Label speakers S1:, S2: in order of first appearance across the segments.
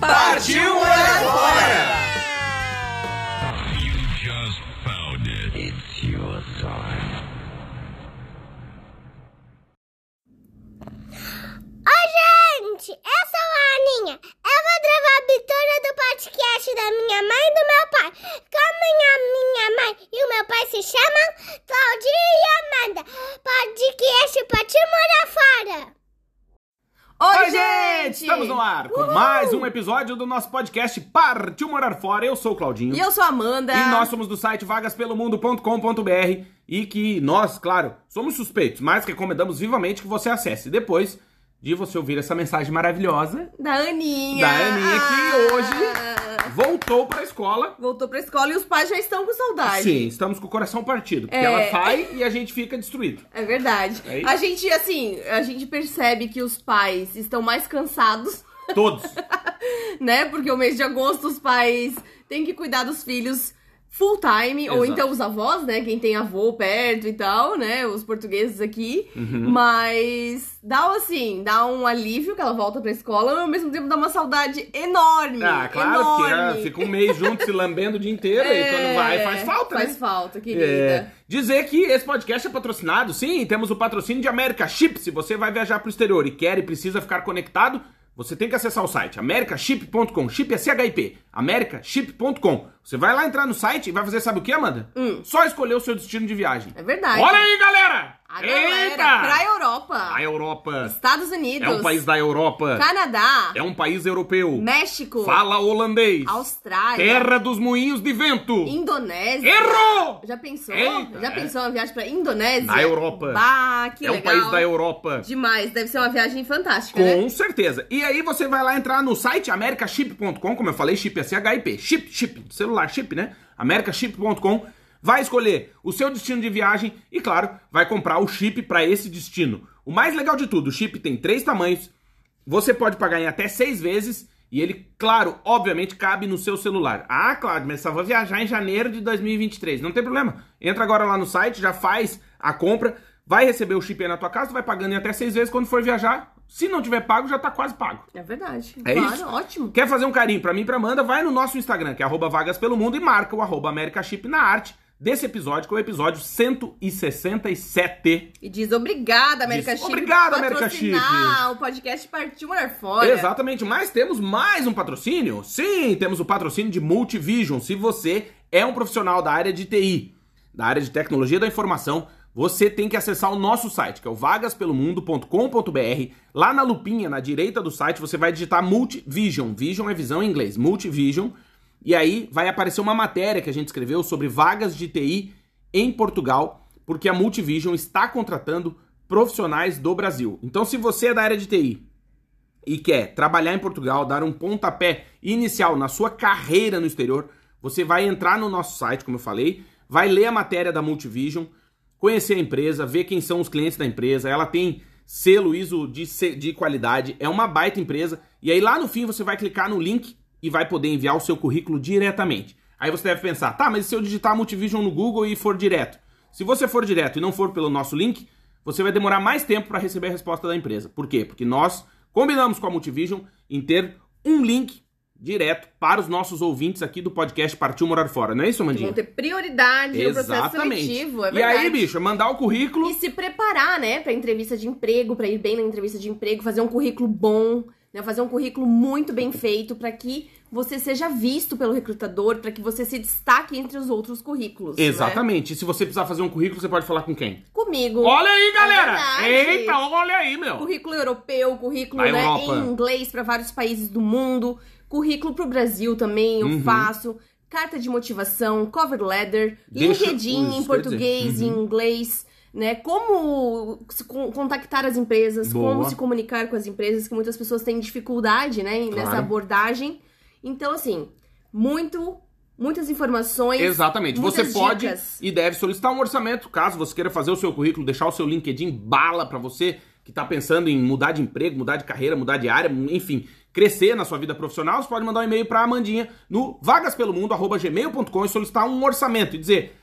S1: Partiu morar fora!
S2: You just found it. It's your time.
S3: Oi, gente! Eu sou a Aninha. Eu vou gravar a abertura do podcast da minha mãe e do meu pai. Como é a minha mãe e o meu pai se chamam Claudinha e Amanda. Podcast pra te morar fora.
S1: Oi, gente! Estamos no ar com mais um episódio do nosso podcast Partiu Morar Fora. Eu sou o Claudinho.
S4: E eu sou a Amanda.
S1: E nós somos do site vagaspelomundo.com.br e que nós, claro, somos suspeitos, mas recomendamos vivamente que você acesse depois de você ouvir essa mensagem maravilhosa
S4: Da Aninha.
S1: da Aninha que
S4: Ah.
S1: hoje voltou pra escola.
S4: Voltou pra escola e os pais já estão com saudade.
S1: Sim, estamos com o coração partido, porque
S4: É.
S1: ela sai e a gente fica destruído.
S4: É verdade.
S1: É isso.
S4: a gente, assim, a gente percebe que os pais estão mais cansados,
S1: Todos.
S4: né? Porque o mês de agosto os pais têm que cuidar dos filhos full time, ou
S1: Exato.
S4: então os avós, né? Quem tem avô perto e tal, né? Os portugueses aqui.
S1: Uhum.
S4: Mas dá assim, dá um alívio que ela volta pra escola, mas ao mesmo tempo dá uma saudade enorme.
S1: Ah, claro que
S4: enorme.
S1: ah, fica um mês junto se lambendo o dia inteiro e quando vai faz falta,
S4: É, Faz
S1: né?
S4: falta, querida.
S1: É, dizer que esse podcast é patrocinado, sim, temos o patrocínio de America Chip. Se você vai viajar pro exterior e quer e precisa ficar conectado, você tem que acessar o site americaship.com. Chip é CHIP, americaship.com. Você vai lá entrar no site e vai fazer sabe o que, Amanda?
S4: Hum.
S1: Só escolher o seu destino de viagem.
S4: É verdade.
S1: Olha aí, galera!
S4: A galera
S1: Eita!
S4: pra Europa.
S1: A Europa
S4: Estados Unidos.
S1: é um país da Europa,
S4: Canadá.
S1: é um país europeu,
S4: México.
S1: fala holandês,
S4: Austrália.
S1: terra dos moinhos de vento.
S4: Indonésia.
S1: Errou!
S4: Já pensou?
S1: Eita,
S4: Já
S1: é.
S4: pensou uma viagem pra Indonésia?
S1: Na Europa.
S4: Bah, que
S1: é um
S4: legal.
S1: país da Europa.
S4: Demais. Deve ser uma viagem fantástica, né?
S1: Com certeza. E aí você vai lá entrar no site americaship.com, como eu falei, chip é CHIP, chip, chip, celular chip, né? americaship.com, vai escolher o seu destino de viagem e, claro, vai comprar o chip pra esse destino. O mais legal de tudo, o chip tem três tamanhos, você pode pagar em até seis vezes e ele, claro, obviamente, cabe no seu celular. Ah, claro, mas só vou viajar em janeiro de 2023. Não tem problema. Entra agora lá no site, já faz a compra, vai receber o chip aí na tua casa, vai pagando em até seis vezes quando for viajar. Se não tiver pago, já tá quase pago.
S4: É verdade.
S1: É
S4: claro,
S1: isso.
S4: ótimo.
S1: Quer fazer um carinho pra mim e pra Amanda? Vai no nosso Instagram, que é arroba vagas pelo mundo, e marca o arroba América Chip na arte desse episódio, que é o episódio 167.
S4: E diz obrigada, América
S1: Diz,
S4: Chip.
S1: "Obrigado, América Chip."
S4: Ah, o podcast partiu morar fora.
S1: Exatamente, mas temos mais um patrocínio? Sim, temos o patrocínio de Multivision. Se você é um profissional da área de TI, da área de tecnologia da informação, você tem que acessar o nosso site, que é o vagaspelomundo.com.br. Lá na lupinha, na direita do site, você vai digitar Multivision. Vision é visão em inglês, Multivision. E aí vai aparecer uma matéria que a gente escreveu sobre vagas de TI em Portugal, porque a Multivision está contratando profissionais do Brasil. Então, se você é da área de TI, e quer trabalhar em Portugal, dar um pontapé inicial na sua carreira no exterior, você vai entrar no nosso site, como eu falei, vai ler a matéria da Multivision, conhecer a empresa, ver quem são os clientes da empresa. Ela tem selo ISO de, se- de qualidade, é uma baita empresa. E aí lá no fim você vai clicar no link e vai poder enviar o seu currículo diretamente. Aí você deve pensar, tá, mas e se eu digitar Multivision no Google e for direto? Se você for direto e não for pelo nosso link, você vai demorar mais tempo para receber a resposta da empresa. Por quê? Porque nós combinamos com a Multivision em ter um link direto para os nossos ouvintes aqui do podcast Partiu Morar Fora. Não é isso,
S4: Vão
S1: Mandinho?
S4: ter prioridade no processo seletivo, é
S1: e
S4: verdade.
S1: aí, bicho, mandar o currículo.
S4: E se preparar, né, pra entrevista de emprego, pra ir bem na entrevista de emprego, fazer um currículo bom, né, fazer um currículo muito bem feito pra que você seja visto pelo recrutador, pra que você se destaque entre os outros currículos. né?
S1: Exatamente. E se você precisar fazer um currículo, você pode falar com quem?
S4: Comigo.
S1: Olha aí, galera!
S4: é verdade.
S1: Eita, olha aí, meu!
S4: Currículo europeu, currículo
S1: Na
S4: né,
S1: Europa.
S4: em inglês pra vários países do mundo, currículo pro Brasil também eu
S1: Uhum.
S4: faço, carta de motivação, cover letter,
S1: Deixa- Uhum.
S4: LinkedIn
S1: Isso,
S4: em
S1: quer
S4: português
S1: dizer.
S4: e em inglês, né? Como se con- contactar as empresas,
S1: Boa.
S4: como se comunicar com as empresas, que muitas pessoas têm dificuldade, né, nessa
S1: Claro.
S4: abordagem. Então, assim, muito, muitas informações.
S1: Exatamente. Você
S4: muitas
S1: pode
S4: dicas.
S1: e deve solicitar um orçamento, caso você queira fazer o seu currículo, deixar o seu LinkedIn bala pra você que tá pensando em mudar de emprego, mudar de carreira, mudar de área, enfim, crescer na sua vida profissional, você pode mandar um e-mail pra Amandinha no vagaspelomundo@gmail.com e solicitar um orçamento e dizer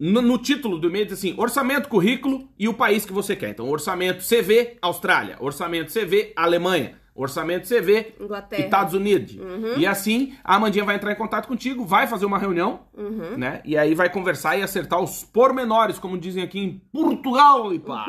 S1: no, no título do e-mail diz assim: orçamento, currículo e o país que você quer. Então, orçamento CV, Austrália. Orçamento CV, Alemanha. Orçamento CV,
S4: Inglaterra. Uhum.
S1: Estados Unidos. E assim, a Amandinha vai entrar em contato contigo, vai fazer uma reunião,
S4: Uhum. Hum?
S1: né? E aí vai conversar e acertar os pormenores, como dizem aqui em Portugal, e pá.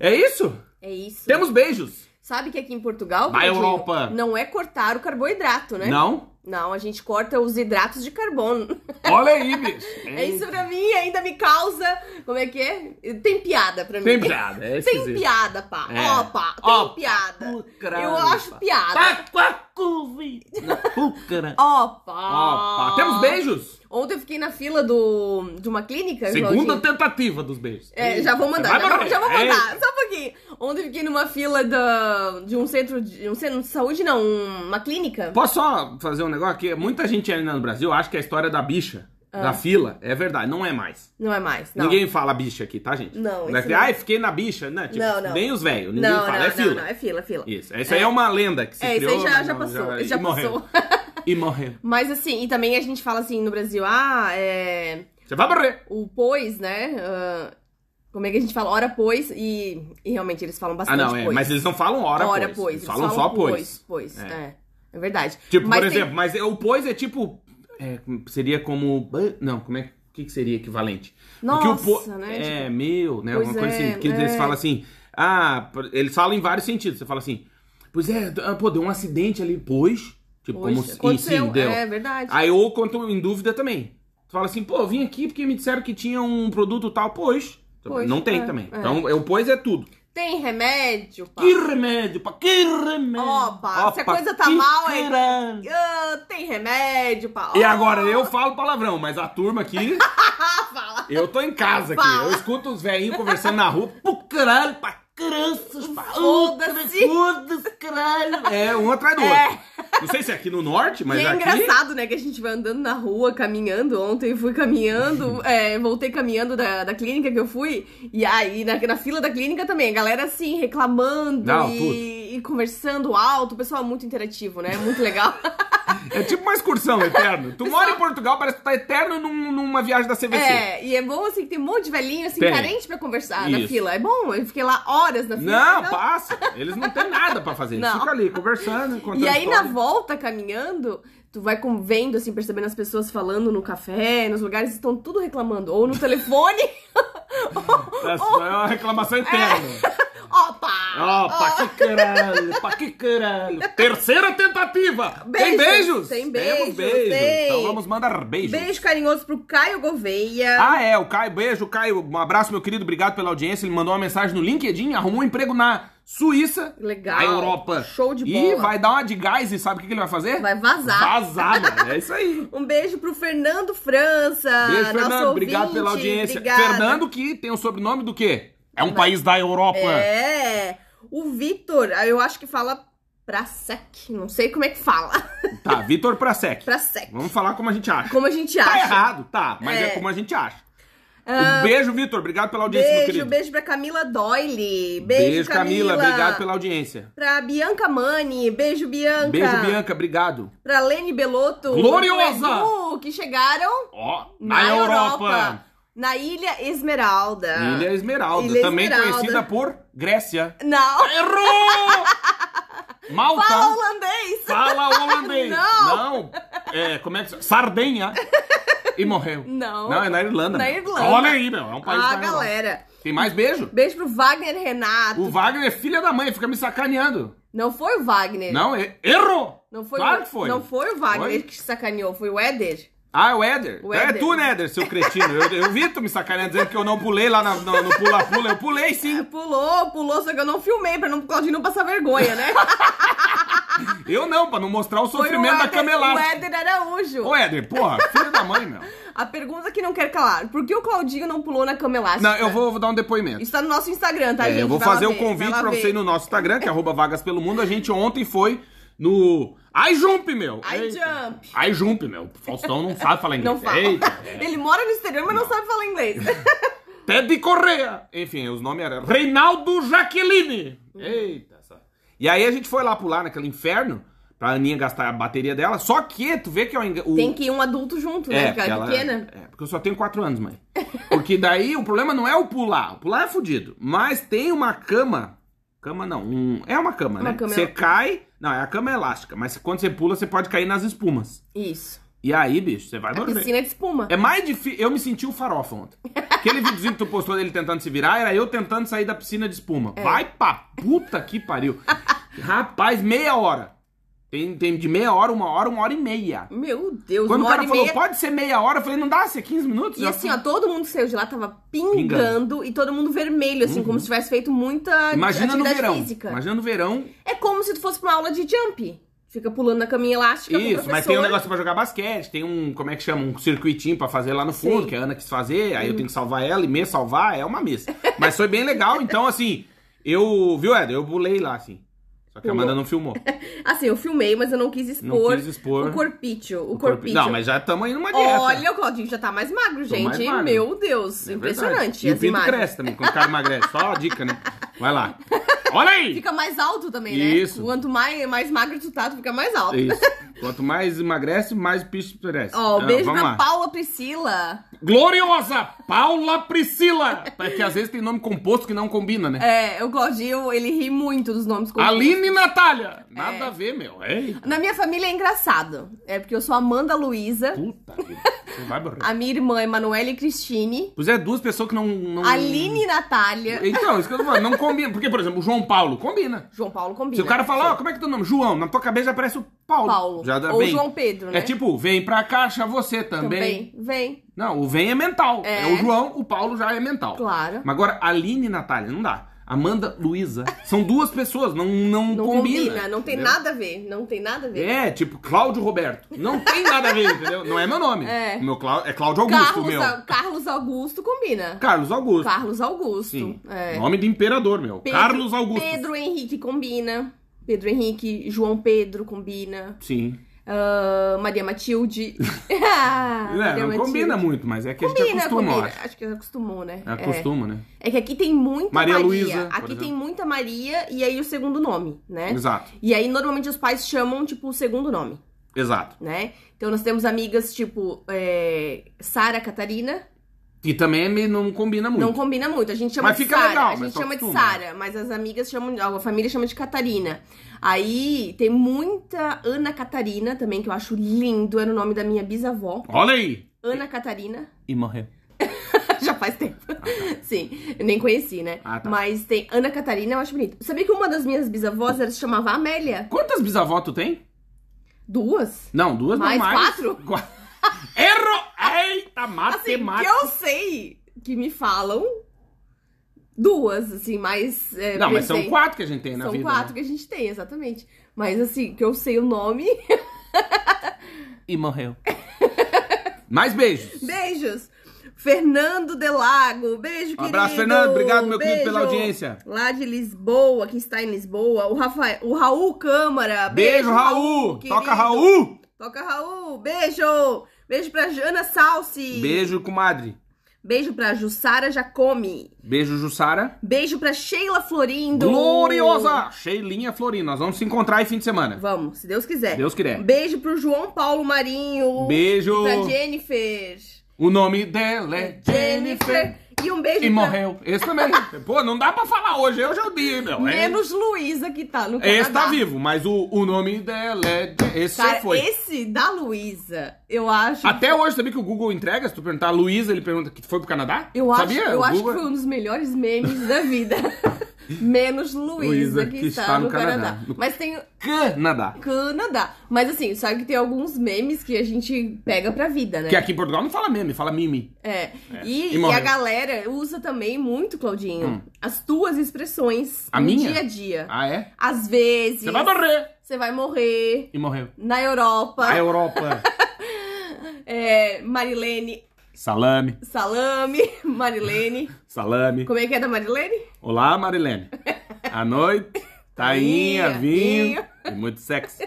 S1: é isso?
S4: É isso.
S1: Temos beijos.
S4: Sabe que aqui em Portugal,
S1: Vai,
S4: Claudinho,
S1: Europa.
S4: não é cortar o carboidrato, né?
S1: Não?
S4: Não, a gente corta os hidratos de carbono.
S1: Olha aí, bicho.
S4: É isso pra mim, ainda me causa. Como é que é? Tem piada pra mim.
S1: Tem piada, é
S4: Tem
S1: esquisito.
S4: piada, pá.
S1: É.
S4: Ó, pá, tem
S1: Ó, pá,
S4: piada.
S1: pucra,
S4: Eu acho
S1: pá.
S4: piada.
S1: Pá, pá, cuvi. Na púcara.
S4: Ó, pá.
S1: Opa, temos beijos?
S4: Ontem eu fiquei na fila do, de uma clínica,
S1: Segunda
S4: Claudinho.
S1: tentativa dos beijos.
S4: É, já vou mandar,
S1: Vai
S4: já, vou-
S1: mandar.
S4: já vou
S1: É.
S4: mandar, só um pouquinho. Ontem eu fiquei numa fila da, de um centro de, um centro de saúde, não, uma clínica.
S1: Posso só fazer um negócio aqui? Muita gente ainda no Brasil acha que a história da bicha,
S4: Ah.
S1: da fila, é verdade. Não é mais.
S4: Não é mais, não.
S1: Ninguém fala bicha aqui, tá, gente?
S4: Não,
S1: é
S4: isso
S1: que,
S4: não.
S1: Ai, fiquei na bicha. Não, tipo,
S4: Não, não.
S1: Nem os velhos. Ninguém
S4: não,
S1: fala.
S4: não,
S1: é
S4: não,
S1: fila.
S4: não, é fila, fila.
S1: Isso. Isso aí é uma lenda que se
S4: É, isso
S1: criou.
S4: aí já,
S1: mas
S4: já
S1: não,
S4: passou, já,
S1: e morreu.
S4: passou.
S1: E morreu.
S4: Mas assim, e também a gente fala assim no Brasil, ah, é...
S1: Você vai morrer.
S4: o pois, né? ah, como é que a gente fala? Hora pois, e, e realmente eles falam
S1: Ah,
S4: bastante
S1: não, é.
S4: pois.
S1: Mas eles não falam hora,
S4: Hora
S1: pois.
S4: pois,
S1: Eles
S4: eles
S1: falam, só pois.
S4: Pois,
S1: É.
S4: é. É verdade.
S1: Tipo,
S4: Mas
S1: por
S4: tem-
S1: exemplo, mas o pois é tipo. é, seria como. Não, como é o que, que seria equivalente?
S4: Nossa,
S1: Porque o po-
S4: né,
S1: É, meu, né?
S4: pois
S1: Alguma coisa
S4: é,
S1: assim. Porque
S4: é.
S1: eles falam assim. Ah, por- eles falam em vários sentidos. Você fala assim. Pois é, ah, pô, deu um acidente ali, pois. Tipo,
S4: Pois,
S1: como se. e
S4: aconteceu,
S1: sim, deu.
S4: é verdade.
S1: Aí, ou quando eu em dúvida também. Tu fala assim, pô, eu vim aqui porque me disseram que tinha um produto tal, pois. Tipo,
S4: Pois,
S1: não tem
S4: é,
S1: também.
S4: é.
S1: Então, é, o pois é tudo.
S4: Tem remédio, pá.
S1: Que remédio, pá, que remédio.
S4: Opa, se a coisa tá
S1: que
S4: mal, aí-
S1: caralho.
S4: Ah, tem remédio, pá.
S1: E
S4: Ó,
S1: agora eu falo palavrão, mas a turma aqui,
S4: fala.
S1: eu tô em casa aqui.
S4: Fala.
S1: Eu escuto os velhinhos conversando na rua, pro caralho, pra crianças, pra
S4: Foda-se.
S1: foda-se, caralho. É, um atrás do
S4: É.
S1: outro. Não sei se é aqui no norte, mas
S4: e é
S1: aqui.
S4: engraçado, né, que a gente vai andando na rua, caminhando. Ontem eu fui caminhando, é, voltei caminhando da, da clínica que eu fui. E aí, na, na fila da clínica também, a galera assim, reclamando
S1: Não, tudo.
S4: e, e conversando alto. O pessoal é muito interativo, né? Muito legal.
S1: É tipo uma excursão eterna. Tu mora em Portugal, parece que tu tá eterno num- numa viagem da CVC.
S4: é, e é bom assim, que tem um monte de velhinho assim,
S1: Tem.
S4: carente pra conversar na
S1: Isso.
S4: fila. É bom, eu fiquei lá horas na fila.
S1: Não,
S4: Então,
S1: passa. Eles não têm nada pra fazer. Eles
S4: Não.
S1: ficam ali conversando, contando
S4: E aí, na
S1: história.
S4: volta, caminhando, tu vai com- vendo, assim, percebendo as pessoas falando no café, nos lugares, estão tudo reclamando. Ou no telefone.
S1: É só- é uma reclamação eterna.
S4: Opa!
S1: Ó, pra que caralho, pra que caralho. Terceira tentativa. tem
S4: Beijos,
S1: beijos?
S4: tem beijos,
S1: Temos beijos.
S4: tem.
S1: Então vamos mandar beijos.
S4: Beijo carinhoso pro Caio Gouveia.
S1: Ah, é, o Caio, beijo, Caio, um abraço, meu querido, obrigado pela audiência. Ele mandou uma mensagem no LinkedIn, arrumou um emprego na Suíça,
S4: Legal.
S1: na Europa.
S4: Show de
S1: E
S4: bola.
S1: vai dar uma de gás e sabe o que que ele vai fazer?
S4: Vai vazar.
S1: Vazar, mano, é isso aí.
S4: Um beijo pro Fernando França.
S1: Beijo,
S4: Ah, nosso
S1: Fernando, obrigado
S4: ouvinte.
S1: pela audiência.
S4: Obrigada.
S1: Fernando, que tem o sobrenome do quê? É um país da Europa.
S4: É. O Vitor, ah, eu acho que fala Prasek. Não sei como é que fala.
S1: Tá, Vitor Prasek.
S4: Prasek.
S1: Vamos falar como a gente acha.
S4: Como a gente acha.
S1: Tá errado, tá, mas é,
S4: É. Ah,
S1: como a gente acha. Um beijo, Vitor. Obrigado pela audiência, meu
S4: Beijo,
S1: querido.
S4: beijo pra Camila Doyle. Beijo, Camila.
S1: Obrigado pela audiência.
S4: Pra Bianca Mani. Beijo, Bianca.
S1: Beijo, Bianca. Obrigado.
S4: Pra Lene Belotto.
S1: Gloriosa!
S4: pro Edu, que chegaram
S1: Ó,
S4: na, Europa. Na Ilha Esmeralda.
S1: Ilha Esmeralda,
S4: Ilha
S1: também
S4: Esmeralda.
S1: conhecida por Grécia.
S4: Não.
S1: tá. Errou! Malta.
S4: Fala holandês!
S1: Fala holandês.
S4: Não.
S1: Não. É, como é que... Sardenha. E morreu.
S4: Não.
S1: Não, é na Irlanda.
S4: Na
S1: meu.
S4: Irlanda.
S1: Olha aí, meu. É um país
S4: Ah,
S1: da Europa.
S4: galera.
S1: Tem mais beijo?
S4: Beijo pro Wagner Renato.
S1: O Wagner é filha da mãe, fica me sacaneando.
S4: Não foi o Wagner.
S1: Não, é... errou.
S4: Não foi
S1: claro
S4: o...
S1: que foi.
S4: Não foi o Wagner
S1: Foi?
S4: que te sacaneou, foi o Éder.
S1: Ah, é o Éder.
S4: O
S1: Então É
S4: Éder.
S1: tu, né, Éder, seu cretino. Eu, eu vi tu me sacaneando dizendo que eu não pulei lá na- no no pula-pula. Eu pulei, sim.
S4: Pulou, pulou, só que eu não filmei pra não, o Claudinho não passar vergonha, né?
S1: Eu não, pra não mostrar o
S4: Foi o
S1: sofrimento da
S4: Éder- O
S1: camelada.
S4: Éder Araújo.
S1: Ô, Éder, porra, filho da mãe, meu.
S4: A pergunta que não quer calar. Por que o Claudinho não pulou na cama elástica?
S1: Não, eu vou, vou dar um depoimento.
S4: Isso tá no nosso Instagram, tá,
S1: É,
S4: gente?
S1: eu vou
S4: Vai lá
S1: fazer o
S4: ver, vai
S1: convite
S4: lá
S1: pra
S4: ver.
S1: você ir no nosso Instagram, que é arroba vagas pelo mundo. A gente ontem foi no... I Jump, meu!
S4: I
S1: Eita.
S4: Jump.
S1: I Jump, meu. Faustão não sabe falar inglês.
S4: Não fala.
S1: Eita.
S4: Ele mora no exterior, mas não, sabe falar inglês.
S1: Teddy Correa. Enfim, os nomes eram Reinaldo Jaqueline. Eita, só. E aí a gente foi lá pular naquele inferno pra Aninha gastar a bateria dela. Só que tu vê que é o enga- o...
S4: Tem que ir um adulto junto,
S1: é,
S4: né? Porque
S1: porque
S4: ela é
S1: ela-
S4: pequena.
S1: é, porque eu só tenho quatro anos, mãe. Porque daí o problema não é o pular. O pular é fudido. Mas tem uma cama. Cama não. um- É uma cama,
S4: Uma
S1: né?
S4: cama
S1: você
S4: elástica.
S1: cai. Não, é a cama elástica. Mas quando você pula, você pode cair nas espumas.
S4: Isso.
S1: E aí, bicho, você vai
S4: A
S1: morrer.
S4: piscina de espuma.
S1: É mais difícil. Eu me senti o farofa ontem. Aquele videozinho que tu postou dele tentando se virar, era eu tentando sair da piscina de espuma.
S4: É.
S1: Vai pra puta que pariu. Rapaz, meia hora. Tem, tem de meia hora, uma hora, uma hora e meia.
S4: Meu Deus,
S1: Quando o
S4: uma hora
S1: cara
S4: e
S1: falou,
S4: meia.
S1: pode ser meia hora, eu falei, não dá, se é 15 minutos?
S4: E
S1: Eu
S4: assim,
S1: fui-
S4: ó, todo mundo que saiu de lá tava pingando,
S1: Pingando.
S4: e todo mundo vermelho, assim, como se tivesse feito muita
S1: Uhum. Imagina no
S4: atividade
S1: verão.
S4: física.
S1: Imagina no verão.
S4: É como se tu fosse pra uma aula de jump. Fica pulando na caminha elástica com o
S1: Isso,
S4: professor.
S1: mas tem um negócio pra jogar basquete, tem um, como é que chama, um circuitinho pra fazer lá no fundo,
S4: Sim. Uhum.
S1: que a Ana quis fazer, aí eu tenho que salvar ela e me salvar, é uma missa. Mas foi bem legal, então assim, eu, viu, Ed, eu pulei lá, assim. Só que a
S4: Pulou.
S1: Amanda não filmou.
S4: Assim, eu filmei, mas eu não quis
S1: Não
S4: expor,
S1: quis expor.
S4: o corpício. O,
S1: o corpi-
S4: corpício.
S1: Não, mas é já estamos aí numa dieta.
S4: Olha, o Claudinho já tá mais magro, gente.
S1: mais magro.
S4: Meu Deus,
S1: É
S4: impressionante
S1: verdade. E o
S4: as
S1: pinto
S4: imagens.
S1: cresce também, quando o cara emagrece. Só uma dica, né? Vai lá. Olha aí!
S4: Fica mais alto também,
S1: Isso.
S4: né? Quanto mais, mais magro tu tá, tu fica mais alto.
S1: É Isso. Quanto mais emagrece, mais o picho cresce.
S4: Ó,
S1: Ah,
S4: beijo
S1: vamos
S4: pra
S1: lá.
S4: Paula Priscila.
S1: Gloriosa Paula Priscila! Porque às vezes tem nome composto que não combina, né?
S4: É, o Claudinho, ele ri muito dos nomes. com- É.
S1: Aline e Natália! Nada a ver, meu. Ei,
S4: Na minha família é engraçado. É porque eu sou Amanda Luísa,
S1: puta vida. Você vai morrer.
S4: a minha irmã é Manuela e Cristine,
S1: Pois é, duas pessoas que não. não...
S4: Aline e Natália.
S1: Então, isso que eu tô falando, não combina. Porque, por exemplo, o João Paulo combina.
S4: João Paulo combina.
S1: Se o cara falar, ó, como é que é teu nome? João, na tua cabeça já aparece o Paulo.
S4: Paulo.
S1: Já dá
S4: Ou
S1: vem.
S4: João Pedro, né?
S1: É tipo, vem pra caixa você também.
S4: também. Vem.
S1: Não, o vem é mental. É.
S4: É.
S1: o João, o Paulo já é mental.
S4: Claro.
S1: Mas agora, Aline e Natália, não dá. Amanda, Luísa. São duas pessoas, não, não,
S4: Não
S1: combina.
S4: combina, não tem
S1: entendeu?
S4: nada a ver. Não tem nada a ver.
S1: É, tipo, Cláudio Roberto. Não tem nada a ver, entendeu? Não é meu nome.
S4: É.
S1: O meu Clá... É Cláudio Augusto,
S4: Carlos,
S1: meu.
S4: Au- Carlos Augusto combina.
S1: Carlos Augusto.
S4: Carlos Augusto.
S1: Sim.
S4: É.
S1: Nome de imperador, meu.
S4: Pedro-
S1: Carlos Augusto.
S4: Pedro Henrique combina. Pedro Henrique, João Pedro combina.
S1: Sim.
S4: Ah, Maria Matilde. Ah, Maria
S1: É, não
S4: Matilde.
S1: combina muito, mas é que a gente
S4: Combina,
S1: acostuma, eu
S4: combina.
S1: acho.
S4: Acho que acostumou, né?
S1: É costumo, né?
S4: É. É que aqui tem muita
S1: Maria
S4: Maria.
S1: Luísa, por
S4: aqui tem
S1: exemplo.
S4: muita Maria e aí o segundo nome, né?
S1: Exato,
S4: E aí normalmente os pais chamam, tipo, o segundo nome,
S1: exato.
S4: né? Então nós temos amigas tipo é, Sara Catarina.
S1: E também é me- não combina muito.
S4: Não combina muito. A gente chama
S1: Mas
S4: de
S1: fica
S4: Sara.
S1: legal,
S4: a
S1: mas
S4: gente
S1: só
S4: chama de
S1: costuma.
S4: Sara, mas as amigas chamam, a família chama de Catarina. Aí tem muita Ana Catarina também, que eu acho lindo, era o nome da minha bisavó.
S1: Olha aí!
S4: Ana Catarina.
S1: E morreu.
S4: Já faz tempo. Sim, eu nem conheci, né?
S1: tá. Ah, tá.
S4: Mas tem Ana Catarina, eu acho bonito. Sabia que uma das minhas bisavós ela se chamava Amélia?
S1: Quantas bisavó tu tem?
S4: Duas?
S1: Não, duas
S4: Mais
S1: não mais.
S4: quatro?
S1: Qua- Erro! Eita,
S4: Assim, que
S1: matemática.
S4: eu sei que me falam. Duas, assim, mais. é,
S1: Não, mas são
S4: presente.
S1: quatro que a gente tem na
S4: São
S1: vida. né?
S4: quatro que a gente tem, exatamente. Mas assim, que eu sei o nome.
S1: E morreu. Mais beijos.
S4: Beijos! Fernando Delago, beijo,
S1: Um
S4: querido.
S1: abraço, Fernando. Obrigado, meu querido,
S4: Beijo.
S1: pela audiência.
S4: Lá de Lisboa, que está em Lisboa. O, Rafael, o Raul Câmara.
S1: Beijo, Raul.
S4: querido.
S1: Toca, Raul.
S4: Toca, Raul. Beijo. Beijo pra Jana Salsi.
S1: Beijo, comadre.
S4: Beijo pra Jussara Jacome.
S1: Beijo, Jussara.
S4: Beijo pra Sheila Florindo.
S1: Gloriosa! Sheilinha Florina. Nós vamos se encontrar aí fim de semana.
S4: Vamos, se Deus quiser.
S1: Deus quiser.
S4: Beijo pro João Paulo Marinho.
S1: Beijo.
S4: Pra Jennifer.
S1: O nome dela é Jennifer.
S4: E um beijo
S1: E
S4: pra-
S1: morreu. Esse também. Pô, não dá pra falar hoje. Hoje é o dia, meu. É-
S4: Menos Luísa que tá no Canadá.
S1: Esse tá vivo, mas o, o nome dela é. Esse
S4: Cara,
S1: foi.
S4: esse da Luísa, eu acho.
S1: Até hoje, sabia que o Google entrega? Se tu perguntar a Luísa, ele pergunta que foi pro Canadá?
S4: Eu acho,
S1: sabia?
S4: eu
S1: O
S4: acho que
S1: Google-
S4: foi um dos melhores memes da vida. Menos Luísa que, está no, Canadá.
S1: No-
S4: Mas tem
S1: é Canadá.
S4: Canadá. Mas assim, sabe que tem alguns memes que a gente pega pra vida, né?
S1: Que aqui em Portugal não fala meme, fala mime.
S4: É. E,
S1: E
S4: e
S1: morreu. Hum.
S4: a galera usa também muito, Claudinho, as tuas expressões
S1: A
S4: no
S1: minha?
S4: dia a dia.
S1: Ah, é?
S4: Às vezes.
S1: Você vai morrer!
S4: você vai morrer
S1: E morreu.
S4: na Europa.
S1: A Europa.
S4: É, Marilene
S1: Salame,
S4: Salame. Marilene.
S1: salame.
S4: Como é que é da Marilene?
S1: Olá, Marilene. À noite, tainha,
S4: Tainha,
S1: vinho
S4: vinho.
S1: e muito sexo.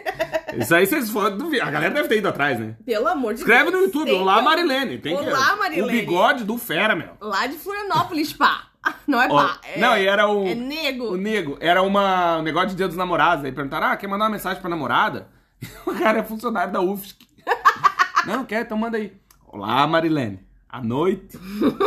S1: Isso aí vocês foram. duvi- A galera deve ter ido atrás, né?
S4: Pelo amor de
S1: Escreve no
S4: Deus.
S1: YouTube.
S4: tem
S1: Olá,
S4: que-
S1: Marilene. Tem que... é
S4: Olá, Marilene.
S1: O bigode do fera, meu.
S4: Lá de Florianópolis, pá. Não é
S1: Ó,
S4: pá. é-
S1: não, e era o.
S4: É nego.
S1: O nego. Era uma, um negócio de dia dos namorados. Aí perguntaram: ah, quer mandar uma mensagem pra namorada? o cara é funcionário da UFSC. não, quer? Então manda aí. Olá, Marilene. À noite,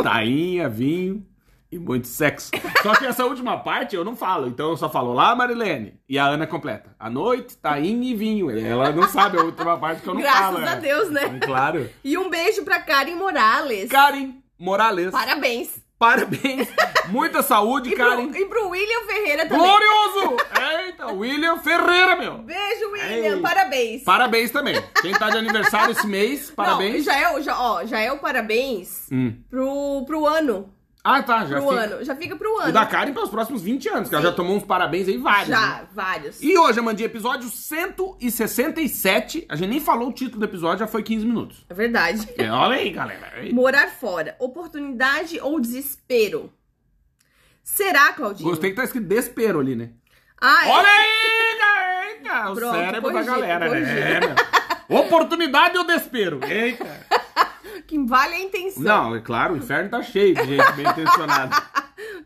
S1: tainha, vinho e muito sexo. Só que essa última parte eu não falo. Então eu só falo: Olá, Marilene. E a Ana completa: À noite, tainha e vinho. Ela não sabe a última parte que eu não
S4: Graças
S1: falo.
S4: a
S1: né?
S4: Deus, né?
S1: Claro.
S4: E um beijo pra Karen Morales.
S1: Karen Morales.
S4: Parabéns.
S1: Parabéns. Muita saúde,
S4: E
S1: Karen.
S4: pro, e pro William Ferreira também.
S1: Glorioso! Eita, William Ferreira, meu!
S4: Beijo, William.
S1: Ei.
S4: Parabéns.
S1: Parabéns também. Quem tá de aniversário esse mês,
S4: Não,
S1: parabéns.
S4: já é, o- já, ó, já é o parabéns
S1: Hum.
S4: pro, pro ano.
S1: Ah, tá, já
S4: Pro
S1: fica.
S4: ano. Já fica pro ano.
S1: O da Karen pelos próximos 20 anos, que ela já tomou uns parabéns aí vários. né?
S4: Já, vários.
S1: E hoje, Amandinha, episódio 167. A gente nem falou o título do episódio, já foi 15 minutos.
S4: É verdade.
S1: É, olha aí, galera. Eita.
S4: Morar fora. Oportunidade ou desespero? Será, Claudinho?
S1: Gostei que tá escrito despero ali, né?
S4: Ah, é?
S1: Olha aí, galera! Eita, O
S4: Pronto,
S1: cérebro da
S4: corrigi,
S1: galera,
S4: corrigi.
S1: né? É, meu. Oportunidade ou despero? Eita!
S4: que vale a intenção.
S1: Não, é claro, o inferno tá cheio de gente bem intencionada.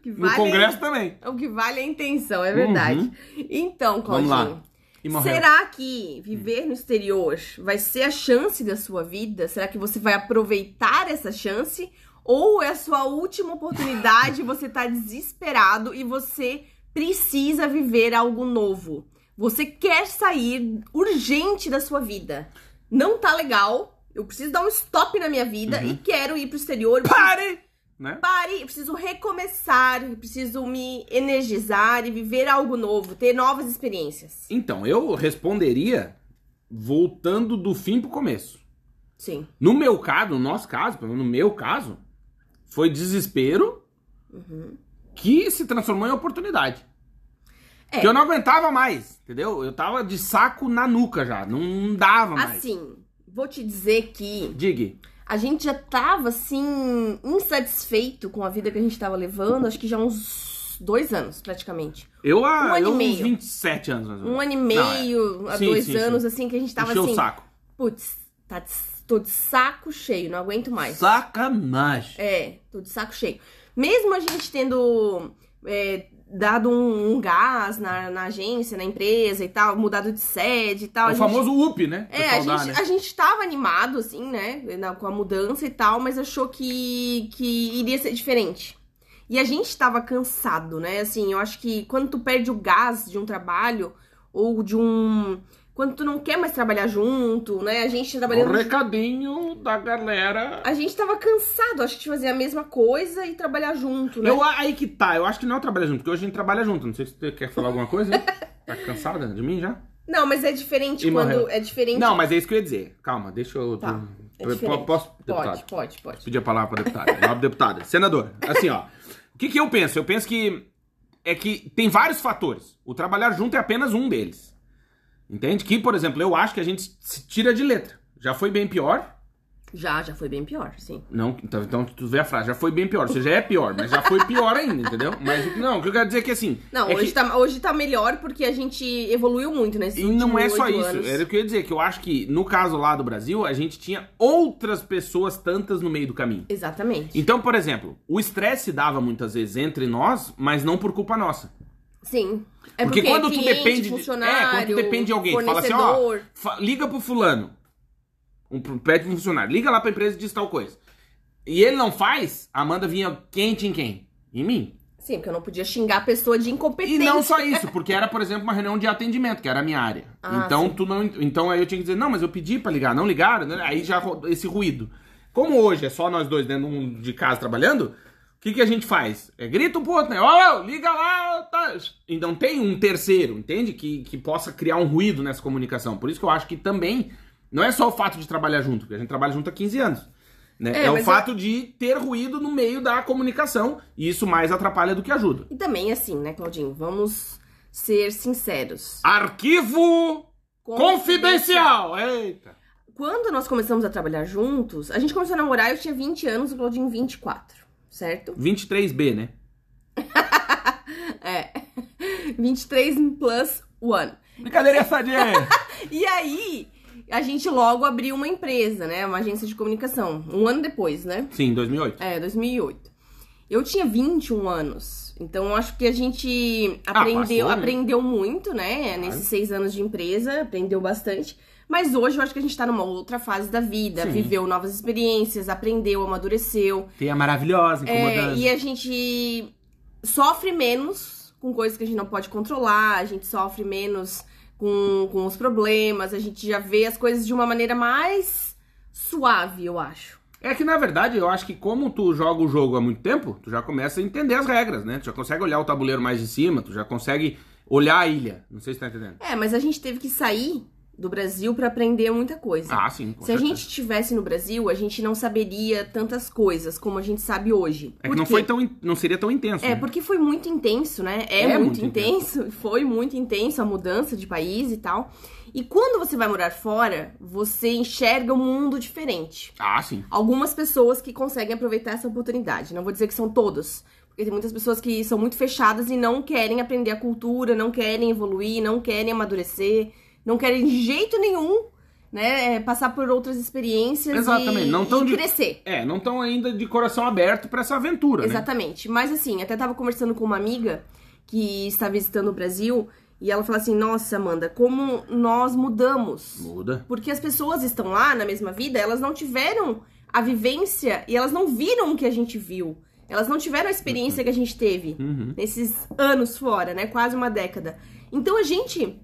S4: Que
S1: No
S4: vale
S1: Congresso também.
S4: O que vale é a intenção, é verdade.
S1: Uhum.
S4: Então,
S1: Vamos
S4: Claudinho.
S1: lá. E morreu.
S4: Será que viver no exterior vai ser a chance da sua vida? Será que você vai aproveitar essa chance? Ou é a sua última oportunidade, você tá desesperado e você precisa viver algo novo? Você quer sair urgente da sua vida. Não tá legal, eu preciso dar um stop na minha vida
S1: Uhum.
S4: e quero ir pro exterior. eu preciso
S1: Pare! Né?
S4: pare, eu preciso recomeçar, eu preciso me energizar e viver algo novo, ter novas experiências.
S1: Então, eu responderia voltando do fim pro começo.
S4: Sim.
S1: No meu caso, no nosso caso, pelo menos no meu caso, foi desespero
S4: Uhum.
S1: que se transformou em oportunidade.
S4: É.
S1: Que eu não aguentava mais, entendeu? Eu tava de saco na nuca já, não, não dava mais.
S4: Assim, vou te dizer que
S1: Dig,
S4: a gente já tava assim insatisfeito com a vida que a gente tava levando, acho que já há uns dois anos praticamente.
S1: eu há
S4: Um ano e
S1: eu, uns
S4: meio.
S1: 27 anos mais ou
S4: Um
S1: menos.
S4: ano e
S1: Não, é.
S4: meio, há
S1: Sim,
S4: dois
S1: sim, sim.
S4: anos assim que a gente tava
S1: Encheu
S4: assim,
S1: o saco.
S4: putz, tá de, tô de saco cheio, não aguento mais.
S1: Sacanagem.
S4: É, tô de saco cheio. Mesmo a gente tendo é, dado um, um gás na, na agência, na empresa e tal, mudado de sede e tal.
S1: É
S4: a
S1: o
S4: gente-
S1: famoso UP, né?
S4: É, a
S1: Pessoal dá,
S4: gente,
S1: né?
S4: a gente tava animado, assim, né? na- com a mudança e tal, mas achou que, que iria ser diferente. E a gente tava cansado, né? Assim, eu acho que quando tu perde o gás de um trabalho ou de um. Quando tu não quer mais trabalhar junto, né? A gente trabalhando
S1: Um recadinho da galera.
S4: a gente tava cansado, acho que de fazer a mesma coisa e trabalhar junto, né?
S1: Eu, aí que tá, eu acho que não é trabalhar junto, porque hoje a gente trabalha junto. Não sei se você quer falar alguma coisa. tá cansada de mim já?
S4: Não, mas é diferente
S1: E
S4: quando.
S1: morreu.
S4: É diferente.
S1: Não, mas é isso que eu ia dizer. Calma, deixa eu.
S4: Tá, é
S1: eu-
S4: diferente.
S1: posso, deputado?
S4: pode, pode, pode.
S1: Pedir a palavra pra deputada. Nobre deputada. Senador, assim, ó. O que, que eu penso? Eu penso que é que tem vários fatores. O trabalhar junto é apenas um deles. Entende? Que, por exemplo, eu acho que a gente se tira de letra. Já foi bem pior,
S4: Já, já foi bem pior, sim.
S1: Não, então, então tu vê a frase, já foi bem pior. Ou seja, é pior, mas já foi pior ainda, entendeu? Mas o que- não, o que eu quero dizer é que assim.
S4: Não,
S1: é
S4: hoje,
S1: que,
S4: tá, hoje tá melhor porque a gente evoluiu muito nesse
S1: E não é só isso. Era o que eu ia dizer, que eu acho que no caso lá do Brasil, a gente tinha outras pessoas tantas no meio do caminho.
S4: Exatamente.
S1: Então, por exemplo, o estresse se dava muitas vezes entre nós, mas não por culpa nossa.
S4: Sim. É
S1: porque, quando tu
S4: cliente,
S1: depende de,
S4: funcionário,
S1: é, quando tu depende de alguém, fala assim, ó,
S4: fornecedor.
S1: fa- liga pro fulano. Um pro- pede pro funcionário, liga lá pra empresa e diz tal coisa. E ele não faz, a Amanda vinha quente em quem? Em mim.
S4: Sim, porque eu não podia xingar a pessoa de
S1: E
S4: incompetente.
S1: não só isso, porque era, por exemplo, uma reunião de atendimento, que era a minha área.
S4: Ah,
S1: então tu não, então aí eu tinha que dizer, não, mas eu pedi pra ligar, não ligaram, né? aí já ro- esse ruído. Como hoje é só nós dois dentro um de casa trabalhando, o que, que a gente faz? É grita um pro outro, né? Ó, ó, liga lá, tá. Então tem um terceiro, entende? Que, que possa criar um ruído nessa comunicação. Por isso que eu acho que também não é só o fato de trabalhar junto, porque a gente trabalha junto há 15 anos. Né? É,
S4: É,
S1: o
S4: mas eu-
S1: fato de ter ruído no meio da comunicação, e isso mais atrapalha do que ajuda.
S4: E também, assim, né, Claudinho? Vamos ser sinceros.
S1: Arquivo confidencial. Eita.
S4: Quando nós começamos a trabalhar juntos, a gente começou a namorar, eu tinha 20 anos, o Claudinho 24, certo?
S1: 23B, né?
S4: É. 23 plus one.
S1: Brincadeirinha sadia.
S4: E aí, a gente logo abriu uma empresa, né? Uma agência de comunicação. Um ano depois, né?
S1: Sim, 2008.
S4: É, 2008. Eu tinha 21 anos. Então, acho que a gente
S1: Ah,
S4: aprendeu,
S1: passou, né?
S4: aprendeu muito, né? Nesses seis anos de empresa, aprendeu bastante. Mas hoje eu acho que a gente tá numa outra fase da vida.
S1: Sim.
S4: Viveu novas experiências, aprendeu, amadureceu.
S1: Tem a maravilhosa,
S4: É,
S1: incomodando.
S4: e a gente sofre menos com coisas que a gente não pode controlar, a gente sofre menos com, com os problemas, a gente já vê as coisas de uma maneira mais suave, eu acho.
S1: É que, na verdade, eu acho que como tu joga o jogo há muito tempo, tu já começa a entender as regras, né? Tu já consegue olhar o tabuleiro mais de cima, tu já consegue olhar a ilha. Não sei se tá entendendo.
S4: É, mas a gente teve que sair do Brasil pra aprender muita coisa.
S1: Ah, sim. com
S4: Se a
S1: certeza.
S4: gente estivesse no Brasil, a gente não saberia tantas coisas como a gente sabe hoje.
S1: É que
S4: Por
S1: não,
S4: quê?
S1: foi tão, in- não seria tão intenso.
S4: É,
S1: né?
S4: porque foi muito intenso, né? É,
S1: É
S4: muito,
S1: muito
S4: intenso, foi muito intenso a mudança de país e tal. E quando você vai morar fora, você enxerga um mundo diferente.
S1: Ah, sim.
S4: Algumas pessoas que conseguem aproveitar essa oportunidade, não vou dizer que são todos, porque tem muitas pessoas que são muito fechadas e não querem aprender a cultura, não querem evoluir, não querem amadurecer, não querem de jeito nenhum, né, é, passar por outras experiências
S1: Exatamente,
S4: e,
S1: não tão
S4: e
S1: de-
S4: crescer.
S1: É, não estão ainda de coração aberto pra essa aventura, né?
S4: Exatamente. Mas assim, até tava conversando com uma amiga que está visitando o Brasil e ela fala assim: "Nossa, Amanda, como nós mudamos".
S1: Muda.
S4: Porque as pessoas estão lá na mesma vida, elas não tiveram a vivência e elas não viram o que a gente viu. Elas não tiveram a experiência que a gente teve
S1: Uhum.
S4: nesses anos fora, né? Quase uma década. Então a gente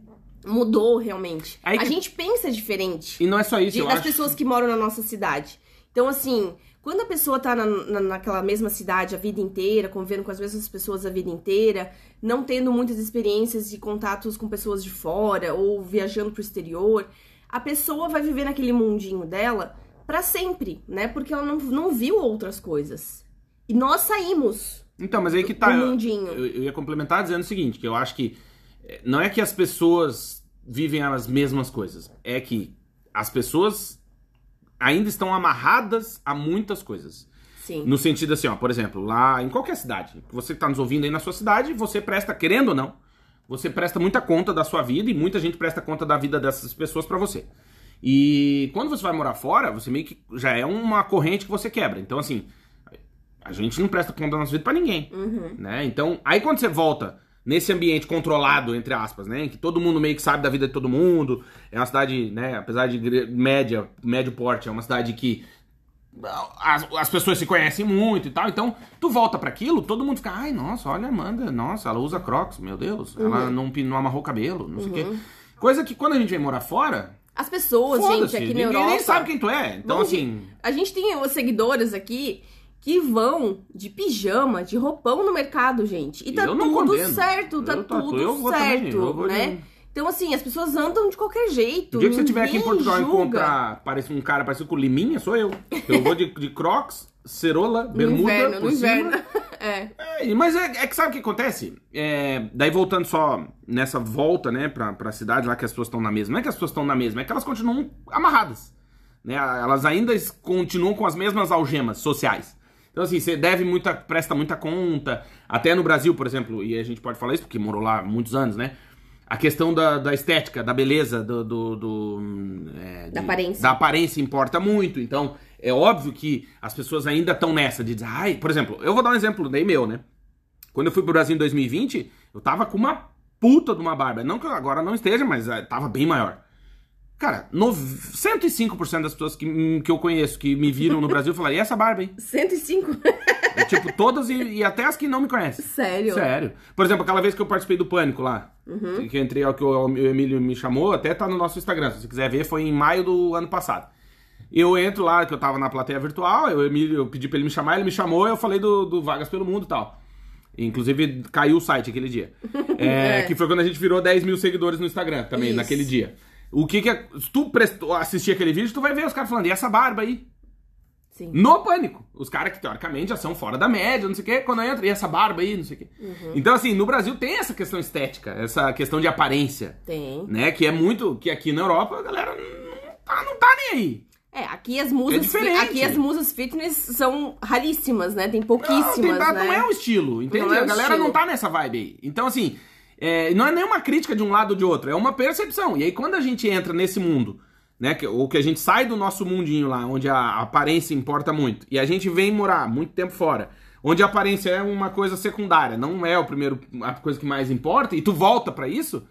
S4: mudou realmente.
S1: Aí que-
S4: A gente pensa diferente
S1: E não é só isso,
S4: de-
S1: eu
S4: das
S1: acho.
S4: pessoas que moram na nossa cidade. Então, assim, quando a pessoa tá na, na- naquela mesma cidade a vida inteira, convivendo com as mesmas pessoas a vida inteira, não tendo muitas experiências de contatos com pessoas de fora ou viajando pro exterior, a pessoa vai viver naquele mundinho dela pra sempre, né? Porque ela não, não viu outras coisas. E nós saímos
S1: Então, mas aí que
S4: do
S1: tá. eu-
S4: mundinho.
S1: Eu, eu ia complementar dizendo o seguinte, que eu acho que eh, não é que as pessoas vivem as mesmas coisas, é que as pessoas ainda estão amarradas a muitas coisas.
S4: Sim.
S1: No sentido assim, ó, por exemplo, lá em qualquer cidade, você que tá nos ouvindo aí na sua cidade, você presta, querendo ou não, você presta muita conta da sua vida e muita gente presta conta da vida dessas pessoas pra você. E quando você vai morar fora, você meio que já é uma corrente que você quebra. Então assim, a gente não presta conta da nossa vida pra ninguém
S4: Uhum.
S1: né? Então, aí quando você volta nesse ambiente controlado, entre aspas, né? Em que todo mundo meio que sabe da vida de todo mundo. É uma cidade, né? Apesar de gre- média, médio porte, é uma cidade que as, as pessoas se conhecem muito e tal. Então, tu volta pra aquilo, todo mundo fica, ai, nossa, olha a Amanda, nossa, ela usa crocs, meu Deus.
S4: Uhum.
S1: Ela não, pin- não amarrou o cabelo, não sei o quê. Coisa que quando a gente vem morar fora,
S4: As pessoas, Uhum. gente,
S1: foda-se,
S4: aqui na
S1: ninguém
S4: Europa.
S1: nem sabe quem tu é. Então,
S4: Vamos de-
S1: assim...
S4: A gente tem os seguidores aqui que vão de pijama, de roupão no mercado, gente. E tá
S1: Eu não
S4: tudo
S1: condeno.
S4: certo, tá
S1: Eu tô-
S4: tudo
S1: eu vou também,
S4: certo,
S1: eu vou de-
S4: né? Então, assim, as pessoas andam de qualquer jeito.
S1: O dia que você estiver aqui em
S4: ninguém
S1: Portugal e
S4: julga.
S1: encontrar parece um cara parecido com o Liminha, sou eu. Eu vou de, de crocs, cerola, bermuda,
S4: inverno,
S1: por
S4: no
S1: cima.
S4: inverno. É.
S1: É, mas é, é que sabe o que acontece? É, daí voltando só nessa volta, né, pra, pra cidade lá que as pessoas estão na mesma. Não é que as pessoas estão na mesma, é que elas continuam amarradas. Né? Elas ainda es- continuam com as mesmas algemas sociais. Então, assim, você deve muita, presta muita conta. Até no Brasil, por exemplo, e a gente pode falar isso porque morou lá há muitos anos, né? A questão da, da estética, da beleza, do. do- do, hum, é,
S4: Da
S1: de-
S4: aparência.
S1: Da aparência importa muito. Então, é óbvio que as pessoas ainda estão nessa de dizer, ai, por exemplo, eu vou dar um exemplo daí meu, né? Quando eu fui pro Brasil em 2020, eu tava com uma puta de uma barba. Não que eu agora não esteja, mas eh, tava bem maior. Cara, nov- 105% das pessoas que, que eu conheço, que me viram no Brasil, falaram, e essa barba, hein?
S4: 105?
S1: É, tipo, todas e, e até as que não me conhecem.
S4: Sério? Uhum.
S1: Sério. Por exemplo, aquela vez que eu participei do Pânico lá, que eu entrei, ó, que o, o Emílio me chamou, até tá no nosso Instagram, se você quiser ver, foi em maio do ano passado. Eu entro lá, que eu tava na plateia virtual, eu, Emílio, eu pedi pra ele me chamar, ele me chamou, eu falei do, do Vagas pelo Mundo e tal. Inclusive, caiu o site aquele dia. É,
S4: É.
S1: Que foi quando a gente virou 10 mil seguidores no Instagram também,
S4: Isso.
S1: naquele dia. O que que... é- Se tu prestou, assistir aquele vídeo, tu vai ver os caras falando, e essa barba aí?
S4: Sim.
S1: No pânico. Os caras que, teoricamente, já são fora da média, não sei o quê, quando entra, e essa barba aí, não sei o quê. Então, assim, no Brasil tem essa questão estética, essa questão de aparência,
S4: Tem.
S1: né? Que é muito. Que aqui na Europa a galera não tá, não tá nem aí.
S4: É, aqui as musas,
S1: É diferente.
S4: aqui as musas fitness são raríssimas, né? Tem
S1: Não, tem-
S4: pouquíssimas,
S1: não,
S4: né?
S1: é um estilo, entende?
S4: Não é
S1: a
S4: um
S1: galera
S4: estilo.
S1: não tá nessa vibe aí. Então, assim, é, não é nenhuma crítica de um lado ou de outro, é uma percepção. E aí, quando a gente entra nesse mundo, né, que, ou que a gente sai do nosso mundinho lá, onde a aparência importa muito, e a gente vem morar muito tempo fora, onde a aparência é uma coisa secundária, não é o primeiro, a coisa que mais importa, e tu volta pra isso,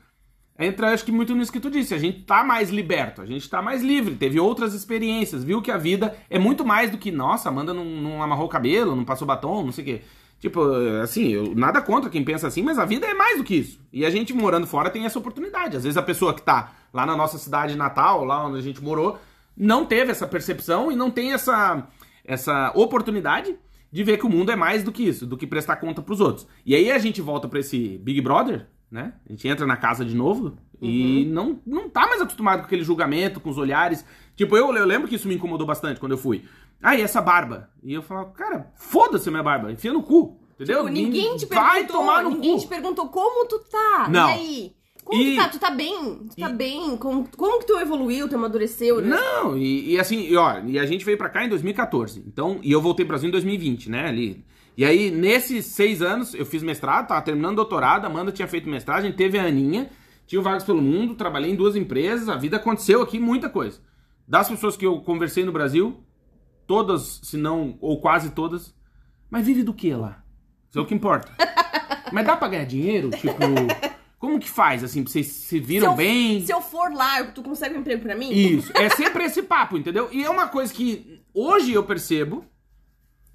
S1: Entra, acho que muito nisso que tu disse. A gente tá mais liberto, a gente tá mais livre, teve outras experiências, viu que a vida é muito mais do que, nossa, Amanda não, não amarrou o cabelo, não passou batom, não sei o quê. Tipo, assim, eu, nada contra quem pensa assim, mas a vida é mais do que isso. E a gente morando fora tem essa oportunidade. Às vezes a pessoa que tá lá na nossa cidade natal, lá onde a gente morou, não teve essa percepção e não tem essa, essa oportunidade de ver que o mundo é mais do que isso, do que prestar conta pros outros. E aí a gente volta pra esse Big Brother, né? A gente entra na casa de novo e
S4: Uhum.
S1: não, não tá mais acostumado com aquele julgamento, com os olhares. Tipo, eu, eu lembro que isso me incomodou bastante quando eu fui. Ah, e essa barba? E eu falava, cara, foda-se a minha barba, enfia no cu. Entendeu?
S4: Tipo, ninguém te
S1: Vai
S4: perguntou,
S1: tomar no
S4: ninguém
S1: cu.
S4: te perguntou como tu tá.
S1: Não.
S4: E aí? Como
S1: E-
S4: tu tá? Tu tá bem? Tu tá
S1: e-
S4: bem? Como, como que tu evoluiu, tu amadureceu? né?
S1: Não, e, e assim, e, ó, e a gente veio pra cá em 2014. Então, e eu voltei pro Brasil em 2020, né? Ali. E aí, nesses seis anos, eu fiz mestrado, tava terminando doutorado, a Amanda tinha feito mestrado, a gente teve a Aninha, tinha o Vagos pelo Mundo, trabalhei em duas empresas, a vida aconteceu aqui, muita coisa. Das pessoas que eu conversei no Brasil, todas, se não, ou quase todas, mas vive do que lá? Isso é o que importa. mas dá pra ganhar dinheiro? Tipo, como que faz, assim, vocês se viram
S4: se eu,
S1: bem?
S4: Se eu for lá, tu consegue um emprego pra mim?
S1: Isso, é sempre esse papo, entendeu? E é uma coisa que hoje eu percebo,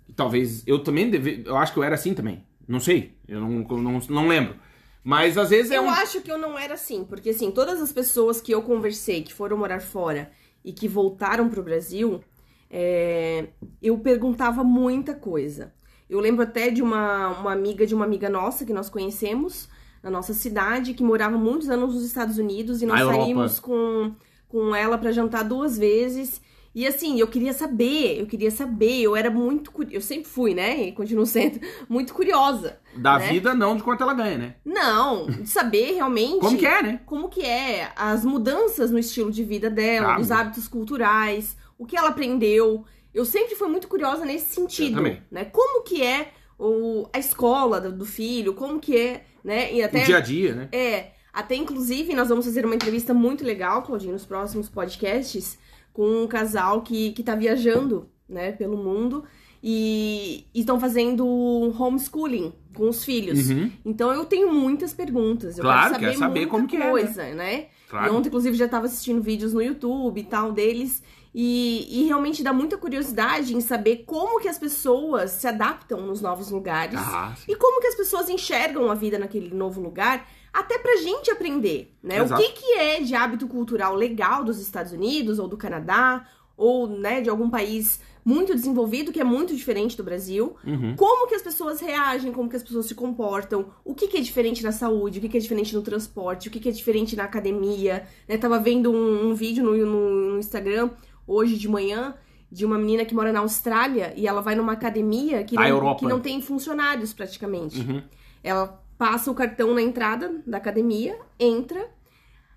S1: e talvez eu também deve, eu acho que eu era assim também, não sei, eu não, eu não, não lembro. Mas às vezes é
S4: Eu
S1: um...
S4: acho que eu não era assim, porque assim, todas as pessoas que eu conversei, que foram morar fora e que voltaram pro Brasil, é, eu perguntava muita coisa. Eu lembro até de uma, uma amiga de uma amiga nossa que nós conhecemos na nossa cidade, que morava muitos anos nos Estados Unidos e nós
S1: Na Europa.
S4: saímos com, com ela pra jantar duas vezes. E assim, eu queria saber, eu queria saber, eu era muito curiosa, eu sempre fui, né? E continuo sendo muito curiosa.
S1: da
S4: né?
S1: vida não de quanto ela ganha, né?
S4: Não, de saber realmente
S1: Como que é, né?
S4: como que é as mudanças no estilo de vida dela,
S1: Ah,
S4: dos
S1: meu.
S4: hábitos culturais, o que ela aprendeu. Eu sempre fui muito curiosa nesse sentido,
S1: Eu também.
S4: né? Como que é o, a escola do, do filho, como que é, né? E até
S1: O dia a dia, né?
S4: é, até inclusive nós vamos fazer uma entrevista muito legal, Claudinho, nos próximos podcasts, com um casal que, que tá viajando, né, pelo mundo e estão fazendo um homeschooling com os filhos.
S1: Uhum,
S4: Então eu tenho muitas perguntas. Eu
S1: Claro,
S4: quero
S1: quero saber
S4: muita
S1: como que é, né?
S4: coisa, né? E
S1: claro.
S4: ontem, inclusive, já tava assistindo vídeos no YouTube e tal deles. E, e realmente dá muita curiosidade em saber como que as pessoas se adaptam nos novos lugares.
S1: Ah, sim.
S4: E como que as pessoas enxergam a vida naquele novo lugar, até pra gente aprender, né?
S1: Exato.
S4: O que, que é de hábito cultural legal dos Estados Unidos ou do Canadá, ou né, de algum país muito desenvolvido, que é muito diferente do Brasil.
S1: Uhum.
S4: Como que as pessoas reagem, como que as pessoas se comportam, o que, que é diferente na saúde, o que, que é diferente no transporte, o que, que é diferente na academia. Né? Tava vendo um, um vídeo no, no- no Instagram hoje de manhã de uma menina que mora na Austrália e ela vai numa academia que
S1: Na
S4: não,
S1: Europa.
S4: que não tem funcionários praticamente.
S1: Uhum.
S4: Ela passa o cartão na entrada da academia, entra.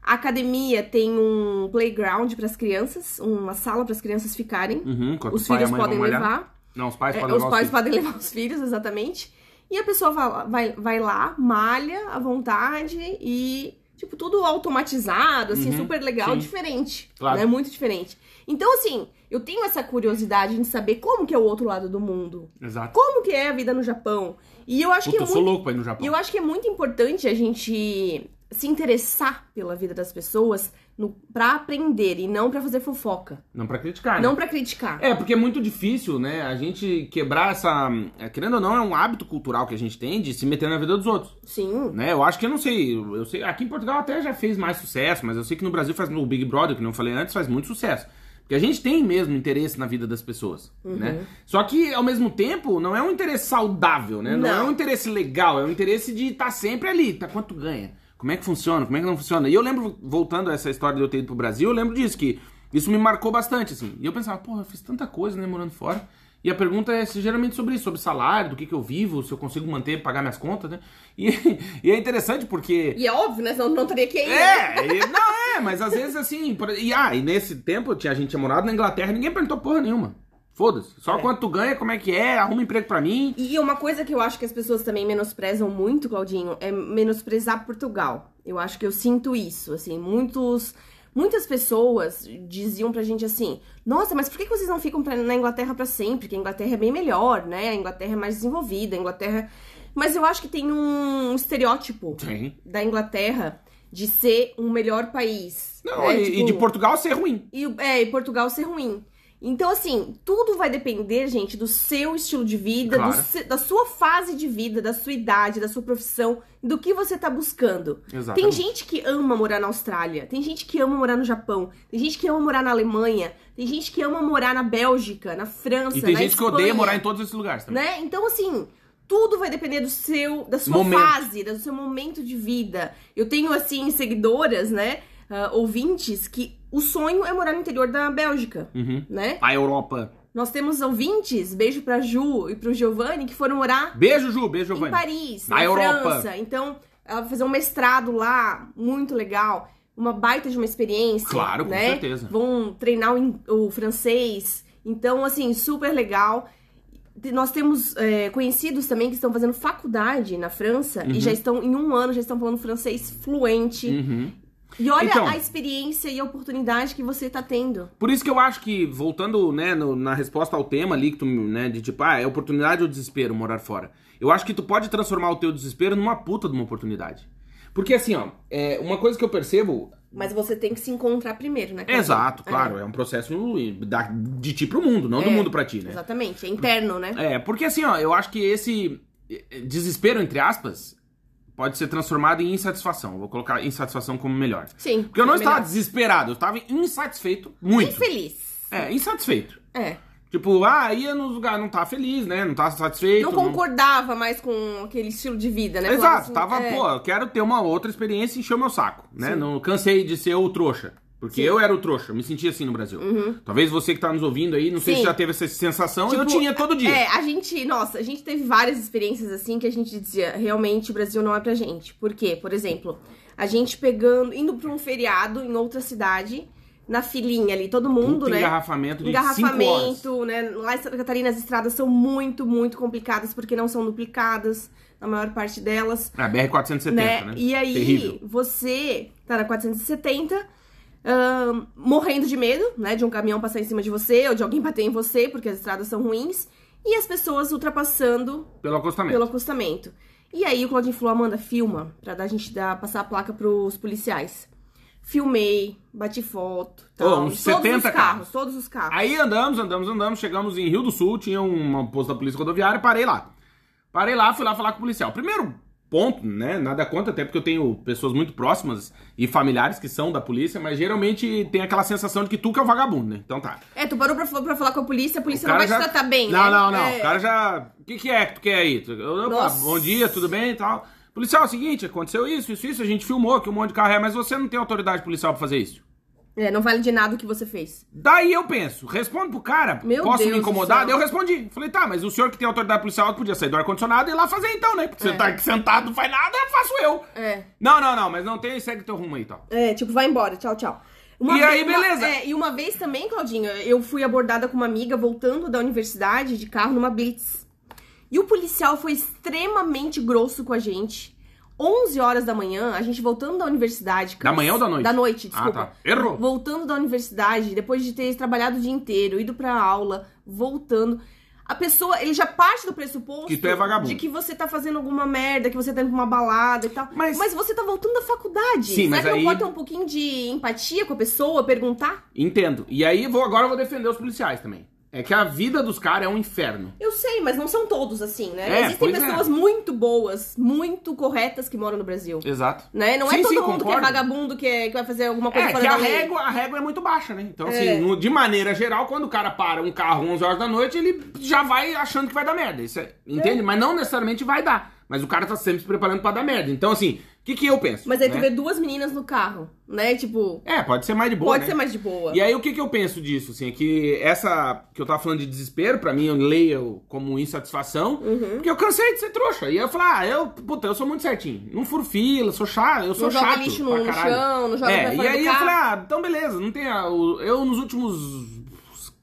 S4: A academia tem um playground para as crianças, uma sala para as crianças ficarem.
S1: Uhum, enquanto
S4: Os
S1: o pai e a
S4: filhos
S1: mãe
S4: podem
S1: vão malhar.
S4: levar.
S1: Não, os pais
S4: É,
S1: podem
S4: os
S1: levar
S4: pais
S1: filhos.
S4: podem levar os filhos, exatamente. E a pessoa vai, vai, vai lá, malha à vontade e, tipo, tudo automatizado, assim,
S1: Uhum,
S4: super legal,
S1: sim.
S4: diferente.
S1: Claro.
S4: Né? Muito diferente. Então, assim, eu tenho essa curiosidade de saber como que é o outro lado do mundo.
S1: Exato.
S4: Como que é a vida no Japão. E eu acho
S1: Puta,
S4: que é
S1: eu sou
S4: muito
S1: louco pra ir no Japão.
S4: e eu acho que é muito importante a gente se interessar pela vida das pessoas no, pra aprender e não pra fazer fofoca.
S1: Não pra criticar, né?
S4: Não pra criticar.
S1: É, porque é muito difícil, né? A gente quebrar essa. é, Querendo ou não, é um hábito cultural que a gente tem de se meter na vida dos outros.
S4: Sim.
S1: né? Eu acho que eu não sei, eu eu sei, aqui em Portugal até já fez mais sucesso, mas eu sei que no Brasil faz o Big Brother, que não falei antes, faz muito sucesso. Porque a gente tem mesmo interesse na vida das pessoas, né? Só que ao mesmo tempo não é um interesse saudável, né? Não, é
S4: Não.
S1: um interesse legal, é um interesse de estar sempre ali, tá quanto ganha? Como é que funciona? Como é que não funciona? E eu lembro voltando a essa história de eu ter ido pro Brasil, eu lembro disso que Isso me marcou bastante, assim. E eu pensava, porra, eu fiz tanta coisa, né, morando fora. E a pergunta é se- geralmente sobre isso, sobre salário, do que, que eu vivo, se eu consigo manter, pagar minhas contas, né? E, e é interessante porque.
S4: E é óbvio, né? Senão não teria que ir. né?
S1: É, e- não é, mas às vezes assim. por- e ah, e nesse tempo tinha, a gente tinha morado na Inglaterra, ninguém perguntou porra nenhuma. Foda-se. Só quanto tu ganha, como é que é, arruma emprego pra mim.
S4: E uma coisa que eu acho que as pessoas também menosprezam muito, Claudinho, é menosprezar Portugal. Eu acho que eu sinto isso, assim, muitos... Muitas pessoas diziam pra gente assim: Nossa, mas por que que vocês não ficam pra- na Inglaterra pra sempre? Que a Inglaterra é bem melhor, né? A Inglaterra é mais desenvolvida, a Inglaterra. Mas eu acho que tem um estereótipo
S1: Sim.
S4: da Inglaterra de ser um melhor país.
S1: Não,
S4: né?
S1: e, e de
S4: Tipo,
S1: Portugal ser ruim.
S4: e, o- é, e Portugal ser ruim. Então, assim, tudo vai depender, gente, do seu estilo de vida, do
S1: Claro.
S4: se- da sua fase de vida, da sua idade, da sua profissão, do que você tá buscando.
S1: Exato.
S4: Tem gente que ama morar na Austrália, tem gente que ama morar no Japão, tem gente que ama morar na Alemanha, tem gente que ama morar na Bélgica, na França,
S1: E tem
S4: na
S1: gente que odeia
S4: Espanha,
S1: morar em todos esses lugares também.
S4: né? Então, assim, tudo vai depender do seu, da sua
S1: Momento.
S4: fase, do seu momento de vida. Eu tenho, assim, seguidoras, né? ah, ouvintes, que o sonho é morar no interior da Bélgica,
S1: Uhum.
S4: né?
S1: A Europa.
S4: Nós temos ouvintes, beijo pra Ju e pro Giovanni, que foram morar
S1: Beijo, Ju. Beijo,
S4: em
S1: Giovanni.
S4: Paris,
S1: Na
S4: na,
S1: Europa.
S4: França. Então, ela vai fazer um mestrado lá, muito legal. Uma baita de uma experiência.
S1: Claro, com
S4: né?
S1: certeza.
S4: Vão treinar o, in- o francês. Então, assim, super legal. Te- Nós temos é, conhecidos também que estão fazendo faculdade na França
S1: Uhum.
S4: e já estão, em um ano, já estão falando francês fluente.
S1: Uhum.
S4: E olha
S1: Então-
S4: a experiência e a oportunidade que você tá tendo.
S1: Por isso que eu acho que, voltando, né, no- na resposta ao tema ali, que tu, né, de tipo, ah, é oportunidade ou desespero morar fora. Eu acho que tu pode transformar o teu desespero numa puta de uma oportunidade. Porque assim, ó, é, uma coisa que eu percebo.
S4: Mas você tem que se encontrar primeiro, né? Cláudia?
S1: Exato,
S4: É,
S1: claro, é, um processo da- de ti pro mundo, não do
S4: É,
S1: mundo pra ti, né?
S4: Exatamente, é interno, né?
S1: É, porque assim, ó, eu acho que esse eh, desespero, entre aspas, pode ser transformado em insatisfação. Vou colocar insatisfação como melhor.
S4: Sim.
S1: Porque eu não
S4: é
S1: estava
S4: melhor.
S1: desesperado, eu estava insatisfeito muito.
S4: Infeliz.
S1: É, insatisfeito.
S4: É.
S1: Tipo, ah, ia nos lugares, não tá feliz, né? Não tá satisfeito.
S4: não concordava mais com aquele estilo de vida, né? Falava
S1: Exato,
S4: assim,
S1: tava,
S4: é,
S1: pô, eu quero ter uma outra experiência e encher o meu saco, né?
S4: Sim.
S1: Não cansei de ser o trouxa. Porque
S4: Sim. Uhum.
S1: eu era o trouxa, eu me sentia assim no Brasil. Talvez você que tá nos ouvindo aí, não sei
S4: Sim.
S1: se já teve essa sensação, eu
S4: tipo,
S1: tinha todo dia.
S4: É, a gente, nossa, a gente teve várias experiências assim que a gente dizia, realmente o Brasil não é pra gente. Por quê? Por exemplo, a gente pegando, indo pra um feriado em outra cidade, na filinha ali, todo mundo,
S1: Puta
S4: né?
S1: engarrafamento de 5 horas.
S4: engarrafamento, né? Lá em Santa Catarina as estradas são muito, muito complicadas porque não são duplicadas, na maior parte delas.
S1: É, BR-470, né?
S4: né? E aí,
S1: Terrível.
S4: você tá na 470, ahn, morrendo de medo, né? De um caminhão passar em cima de você ou de alguém bater em você, porque as estradas são ruins. E as pessoas ultrapassando
S1: Pelo acostamento.
S4: pelo acostamento. E aí o Claudinho falou, Amanda, filma, pra dar, a gente dar, passar a placa pros policiais. Filmei, bati foto, tal.
S1: Ô, uns
S4: todos
S1: 70
S4: os carros,
S1: carros.
S4: todos os carros.
S1: Aí andamos, andamos, andamos, chegamos em Rio do Sul, tinha um, uma posto da polícia rodoviária, parei lá. Parei lá, fui lá falar com o policial. Primeiro ponto, né? Nada contra, até porque eu tenho pessoas muito próximas e familiares que são da polícia, mas geralmente tem aquela sensação de que tu que é o vagabundo, né? Então tá.
S4: É, tu parou pra, pra falar com a polícia, a
S1: O
S4: polícia não vai
S1: cara já-
S4: te tratar bem,
S1: Não,
S4: né?
S1: não, não.
S4: É.
S1: O cara já. O que, que é que tu quer aí? Tu- Opa,
S4: Nossa.
S1: bom dia, tudo bem e tal. Policial, é o seguinte, aconteceu isso, isso, isso, a gente filmou que um monte de carro é, mas você não tem autoridade policial pra fazer isso.
S4: É, não vale de nada o que você fez.
S1: Daí eu penso, respondo pro cara,
S4: Meu
S1: posso
S4: Deus
S1: me
S4: do
S1: incomodar?
S4: céu.
S1: Daí Eu respondi. Falei, tá, mas o senhor que tem autoridade policial podia sair do ar-condicionado e ir lá fazer então, né? Porque você
S4: É.
S1: tá aqui sentado, não faz nada, faço eu.
S4: É.
S1: Não, não, não, mas não tem, segue teu rumo aí e tal.
S4: É, tipo, vai embora, tchau, tchau.
S1: E aí,
S4: uma-
S1: beleza.
S4: é, e uma vez também, Claudinha, eu fui abordada com uma amiga voltando da universidade de carro numa blitz. E o policial foi extremamente grosso com a gente. 11 horas da manhã, a gente voltando da universidade.
S1: Da manhã ou da noite?
S4: Da noite,
S1: Ah,
S4: desculpa.
S1: tá. Errou.
S4: Voltando da universidade, depois de ter trabalhado o dia inteiro, ido pra aula, voltando. A pessoa, ele já parte do pressuposto
S1: Que tu é vagabundo.
S4: de que você tá fazendo alguma merda, que você tá indo pra uma balada e tal.
S1: Mas-
S4: você tá voltando da faculdade.
S1: Sim,
S4: Será
S1: mas
S4: que
S1: aí-
S4: não pode ter um pouquinho de empatia com a pessoa, perguntar?
S1: Entendo. E aí vou agora eu vou defender os policiais também. É que a vida dos caras é um inferno.
S4: Eu sei, mas não são todos assim, né?
S1: É,
S4: Existem
S1: pois é.
S4: pessoas muito boas, muito corretas que moram no Brasil.
S1: Exato.
S4: Né? Não
S1: Sim,
S4: é todo
S1: sim,
S4: mundo que é
S1: concordo.
S4: vagabundo que, é- que vai fazer alguma coisa
S1: É,
S4: fora
S1: que
S4: da
S1: a
S4: lei.
S1: régua, a régua é muito baixa, né? Então, assim,
S4: É.
S1: no- de maneira geral, quando o cara para um
S4: É.
S1: carro 11 horas da noite, ele já vai achando que vai dar merda. Isso é- entende? Mas não necessariamente vai dar. Mas Mas o cara tá sempre se preparando pra dar merda. Então, assim, o que, que eu penso?
S4: Mas aí tu
S1: né?
S4: vê duas meninas no carro, né? Tipo,
S1: É, pode ser mais de boa.
S4: pode
S1: né?
S4: ser mais de boa.
S1: E aí, o que, que eu penso disso? Assim, é que essa que eu tava falando de desespero, pra mim, eu leio como insatisfação,
S4: Uhum.
S1: porque eu cansei de ser trouxa. E eu falar, ah, eu, puta, eu sou muito certinho. Não furo fila, sou chato, eu sou
S4: não joga
S1: chato.
S4: lixo
S1: pra
S4: no, no
S1: caralho.
S4: chão, não joga pra
S1: É,
S4: fora
S1: e aí
S4: do
S1: eu
S4: carro.
S1: falei, ah, então beleza, não tem. a- o- Eu, nos últimos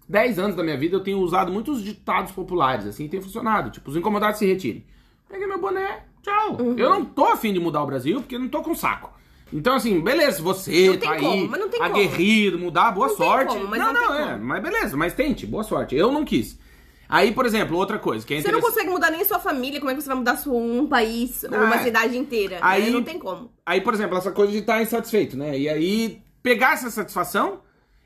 S1: 10 anos da minha vida, eu tenho usado muitos ditados populares, assim, e tem funcionado. Tipo, os incomodados se retirem. Peguei meu boné, tchau.
S4: Uhum.
S1: Eu não tô afim de mudar o Brasil, porque eu não tô com saco. Então, assim, beleza, você
S4: Não tem
S1: tá aí,
S4: como, mas não tem como.
S1: aguerrido, mudar, boa
S4: Não tem
S1: sorte.
S4: como, mas não
S1: não, não,
S4: tem
S1: é,
S4: como.
S1: mas beleza, mas tente, boa sorte. Eu não quis. Aí, por exemplo, outra coisa que é
S4: Você não
S1: interessante.
S4: consegue mudar nem sua família, como é que você vai mudar sua- um país ou uma
S1: Ah, é.
S4: cidade inteira? né?
S1: Aí-
S4: Não tem como.
S1: Aí, por exemplo, essa coisa de estar insatisfeito, né? E aí pegar essa satisfação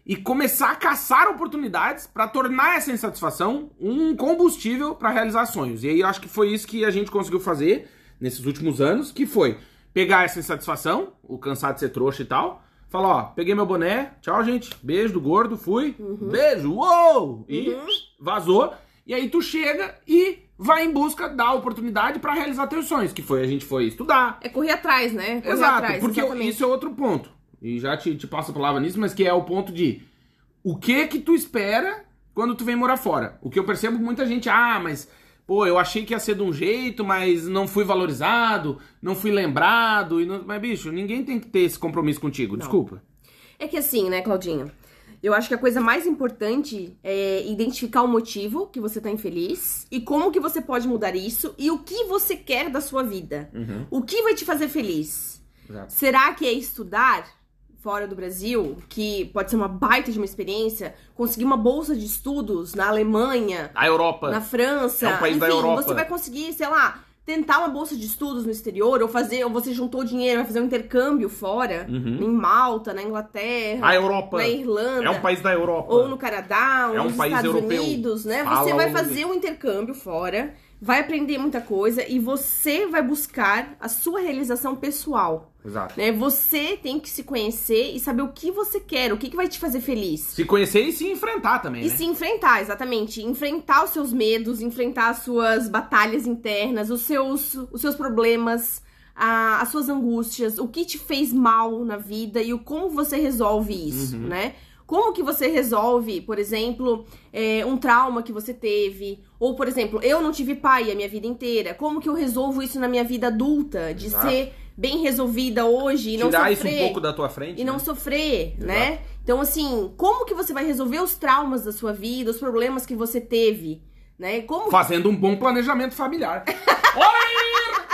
S1: e começar a caçar oportunidades pra tornar essa insatisfação um combustível pra realizar sonhos. E aí eu acho que foi isso que a gente conseguiu fazer nesses últimos anos, que foi pegar essa insatisfação, o cansado de ser trouxa e tal, falar, ó, peguei meu boné, tchau, gente, beijo do gordo, fui, beijo, uou! E vazou. E aí tu chega e vai em busca da oportunidade pra realizar teus sonhos, que foi a gente foi estudar,
S4: É correr atrás, né? Correr
S1: Exato,
S4: atrás,
S1: porque
S4: exatamente.
S1: isso é outro ponto. E já te, te passo a palavra nisso, mas que é o ponto de o que que tu espera quando tu vem morar fora. O que eu percebo que muita gente, ah, mas pô, eu achei que ia ser de um jeito, mas não fui valorizado, não fui lembrado. E não... Mas, bicho, ninguém tem que ter esse compromisso contigo, desculpa.
S4: É que assim, né, Claudinho? Eu acho que a coisa mais importante é identificar o motivo que você tá infeliz e como que você pode mudar isso e o que você quer da sua vida. O que vai te fazer feliz?
S1: Exato.
S4: Será que é estudar fora do Brasil, que pode ser uma baita de uma experiência, conseguir uma bolsa de estudos na Alemanha,
S1: A Europa.
S4: na França,
S1: É um país
S4: enfim,
S1: da Europa.
S4: você vai conseguir, sei lá, tentar uma bolsa de estudos no exterior ou fazer, ou você juntou dinheiro, vai fazer um intercâmbio fora,
S1: Uhum.
S4: em Malta, na Inglaterra,
S1: A Europa.
S4: na Irlanda.
S1: É um país da Europa.
S4: Ou no Canadá, ou
S1: É um
S4: nos
S1: país
S4: Estados
S1: europeu.
S4: Unidos, né?
S1: Fala
S4: Você vai
S1: o
S4: fazer um intercâmbio fora, vai aprender muita coisa e você vai buscar a sua realização pessoal.
S1: Exato.
S4: Né? Você tem que se conhecer e saber o que você quer, o que, que vai te fazer feliz.
S1: Se conhecer e se enfrentar também,
S4: E
S1: né?
S4: se enfrentar, exatamente. Enfrentar os seus medos, enfrentar as suas batalhas internas, os seus, os seus problemas, a- as suas angústias, o que te fez mal na vida e o como você resolve
S1: Uhum.
S4: isso, né? Como que você resolve, por exemplo, é, um trauma que você teve? Ou, por exemplo, eu não tive pai a minha vida inteira. Como que eu resolvo isso na minha vida adulta? De
S1: Exato.
S4: ser bem resolvida hoje e não
S1: Tirar
S4: sofrer
S1: isso um pouco da tua frente.
S4: e não
S1: né?
S4: sofrer, né? Então, assim, como que você vai resolver os traumas da sua vida, os problemas que você teve, né? Como
S1: Fazendo um bom planejamento familiar.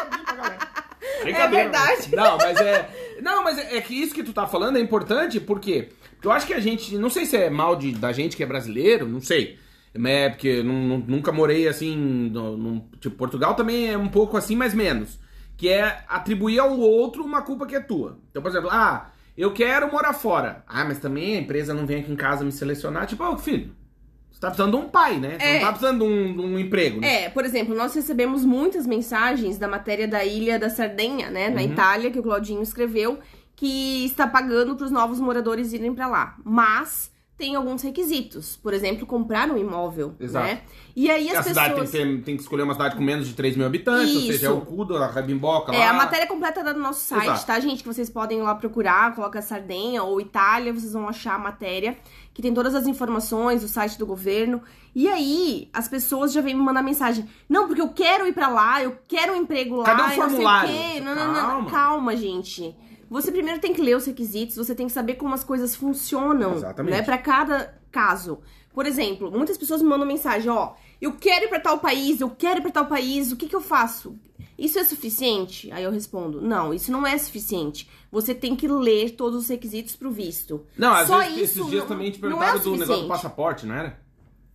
S1: Oi!
S4: É verdade.
S1: né? Não, mas é. Não, mas é é que isso que tu tá falando é importante porque eu acho que a gente. Não sei se é mal de, da gente que é brasileiro, não sei. É porque eu nu- nu- nunca morei assim. no- no- tipo, Portugal também é um pouco assim, mas menos. Que é atribuir ao outro uma culpa que é tua. Então, por exemplo, ah, eu quero morar fora. Ah, mas também a empresa não vem aqui em casa me selecionar. Tipo, ô filho, você tá precisando de um pai, né? Você
S4: É.
S1: não tá precisando de um, de um emprego, né?
S4: É, por exemplo, nós recebemos muitas mensagens da matéria da Ilha da Sardenha, né,
S1: Uhum.
S4: na Itália, que o Claudinho escreveu, que está pagando para os novos moradores irem para lá. Mas tem alguns requisitos, por exemplo, comprar um imóvel,
S1: Exato.
S4: né? E aí
S1: Porque a
S4: as
S1: cidade tem
S4: pessoas
S1: que, ter- tem que escolher uma cidade com menos de 3 mil habitantes, ou
S4: Isso.
S1: seja, é o Cudo, a Rabimboca lá.
S4: É, a matéria completa tá no nosso site,
S1: Exato.
S4: tá, gente? Que vocês podem ir lá procurar, coloca Sardenha ou Itália, vocês vão achar a matéria, que tem todas as informações, o site do governo. E aí, as pessoas já vêm me mandar mensagem. Não, porque eu quero ir pra lá, eu quero um emprego lá,
S1: Cadê o
S4: e não sei
S1: formulário?
S4: quê. Não, não, não,
S1: Calma.
S4: calma, gente. Você primeiro tem que ler os requisitos, você tem que saber como as coisas funcionam,
S1: Exatamente.
S4: né? Pra cada caso. Por exemplo, muitas pessoas me mandam mensagem, ó, eu quero ir pra tal país, eu quero ir pra tal país, o que que eu faço? Isso é suficiente? Aí eu respondo, não, isso não é suficiente. Você tem que ler todos os requisitos pro visto.
S1: Não, às
S4: Só
S1: vezes
S4: isso
S1: esses dias
S4: não-
S1: também te
S4: não é o
S1: perguntaram do negócio
S4: suficiente.
S1: do passaporte, não era?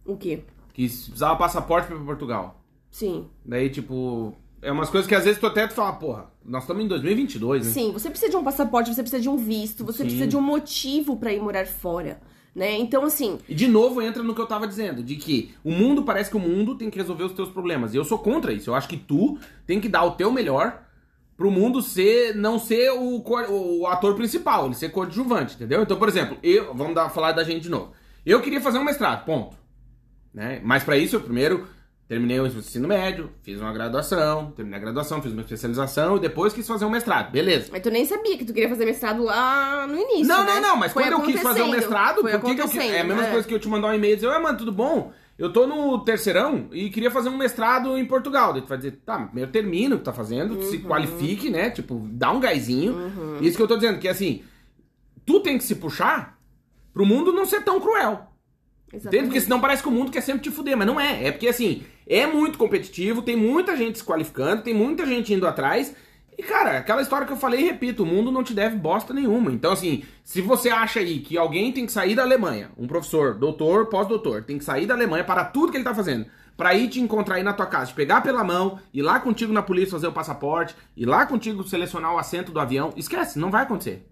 S4: O quê?
S1: Que se precisava passaporte pra Portugal.
S4: Sim.
S1: Daí, tipo, é umas coisas que às vezes tu até tu fala, porra, nós estamos em 2022, né?
S4: Sim, você precisa de um passaporte, você precisa de um visto, você
S1: Sim.
S4: precisa de um motivo pra ir morar fora, né? Então, assim,
S1: E de novo entra no que eu tava dizendo, de que o mundo parece que o mundo tem que resolver os teus problemas. E eu sou contra isso. Eu acho que tu tem que dar o teu melhor pro mundo ser não ser o, co- o ator principal, ele ser coadjuvante, entendeu? Então, por exemplo, eu vamos dar, falar da gente de novo. Eu queria fazer um mestrado, ponto. Né? Mas pra isso, eu primeiro Terminei o ensino médio, fiz uma graduação, terminei a graduação, fiz uma especialização e depois quis fazer um mestrado. Beleza.
S4: Mas tu nem sabia que tu queria fazer mestrado lá no início.
S1: não,
S4: né?
S1: não, não, mas
S4: Foi
S1: quando eu quis fazer o
S4: acontecendo,
S1: mestrado,
S4: foi
S1: por que que eu quis?
S4: acontecendo,
S1: É a mesma
S4: né?
S1: coisa que eu te mandar um e-mail e dizer, ué, mano, tudo bom? Eu tô no terceirão e queria fazer um mestrado em Portugal. Daí tu vai dizer, tá, mas primeiro termina o que tá fazendo,
S4: Uhum.
S1: se qualifique, né? Tipo, dá um gásinho. Isso que eu tô dizendo, que assim, tu tem que se puxar pro mundo não ser tão cruel. Entende?
S4: Exatamente.
S1: Porque senão parece que o mundo quer sempre te fuder, mas não é. É porque assim, é muito competitivo, tem muita gente se qualificando, tem muita gente indo atrás. E, cara, aquela história que eu falei, repito, o mundo não te deve bosta nenhuma. Então, assim, se você acha aí que alguém tem que sair da Alemanha, um professor, doutor, pós-doutor, tem que sair da Alemanha para tudo que ele tá fazendo, pra ir te encontrar aí na tua casa, te pegar pela mão, ir lá contigo na polícia fazer o passaporte, ir lá contigo selecionar o assento do avião, esquece, não vai acontecer.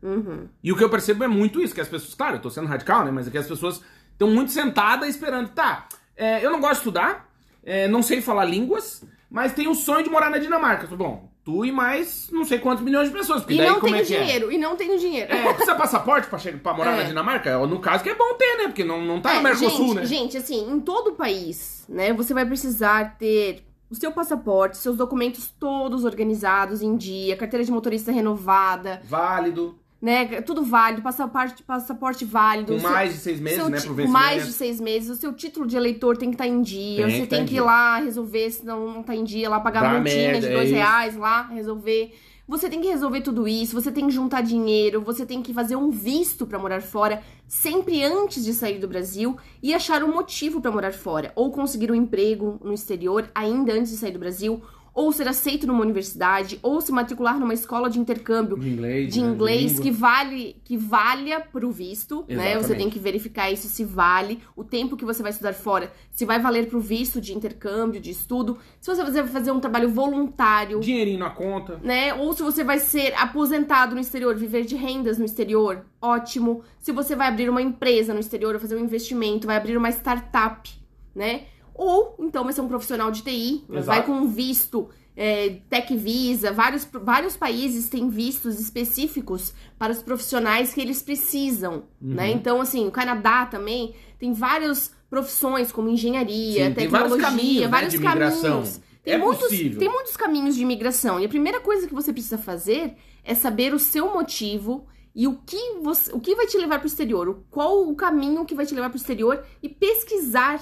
S1: E o que eu percebo é muito isso, que as pessoas, claro, eu tô sendo radical, né? Mas é que as pessoas estão muito sentadas esperando, tá, é, eu não gosto de estudar, é, não sei falar línguas, mas tenho o sonho de morar na Dinamarca. Tô, Bom, tu e mais não sei quantos milhões de pessoas, porque
S4: E
S1: daí
S4: não
S1: como
S4: tenho
S1: é que é?
S4: dinheiro, e não tenho dinheiro.
S1: É, precisa passaporte pra, chegar, pra morar
S4: É.
S1: na Dinamarca? No caso que é bom ter, né? Porque não, não tá
S4: É,
S1: no Mercosul,
S4: gente,
S1: né?
S4: Gente, assim, em todo o país, né, você vai precisar ter o seu passaporte, seus documentos todos organizados em dia, carteira de motorista renovada,
S1: Válido,
S4: né, tudo válido, passaporte, passaporte válido.
S1: com
S4: o seu-
S1: mais de seis meses,
S4: seu
S1: né?
S4: ti-
S1: Pro
S4: com
S1: vencimento.
S4: mais de seis meses, o seu título de eleitor tem que estar em dia,
S1: Tem
S4: você
S1: que tá
S4: tem
S1: em
S4: que ir
S1: dia.
S4: lá resolver, se não não tá em dia, lá pagar
S1: Dá
S4: a multinha
S1: merda,
S4: de
S1: é
S4: dois
S1: isso.
S4: reais lá, resolver. Você tem que resolver tudo isso, você tem que juntar dinheiro, você tem que fazer um visto pra morar fora, sempre antes de sair do Brasil e achar um motivo pra morar fora, ou conseguir um emprego no exterior ainda antes de sair do Brasil, ou ser aceito numa universidade, ou se matricular numa escola de intercâmbio
S1: de inglês.
S4: de
S1: né?
S4: inglês
S1: língua.
S4: que vale que valha pro visto, né? Você
S1: Exatamente.
S4: tem que verificar isso se vale, o tempo que você vai estudar fora, se vai valer pro visto de intercâmbio, de estudo, se você vai fazer um trabalho voluntário,
S1: Dinheirinho na conta.
S4: né? Ou se você vai ser aposentado no exterior, viver de rendas no exterior, ótimo. Se você vai abrir uma empresa no exterior, ou fazer um investimento, vai abrir uma startup, né? Ou então vai ser um profissional de TI,
S1: Exato.
S4: vai com um visto, é, Tech Visa, vários, vários países têm vistos específicos para os profissionais que eles precisam, né? Então, assim, o Canadá também tem várias profissões como engenharia,
S1: Sim, tem vários
S4: é tecnologia,
S1: caminhos, né,
S4: vários
S1: de imigração.
S4: caminhos. Tem
S1: É
S4: muitos,
S1: possível.
S4: tem muitos caminhos de imigração. E a primeira coisa que você precisa fazer é saber o seu motivo e o que você, o que vai te levar para o exterior, o- qual o caminho que vai te levar para o exterior e pesquisar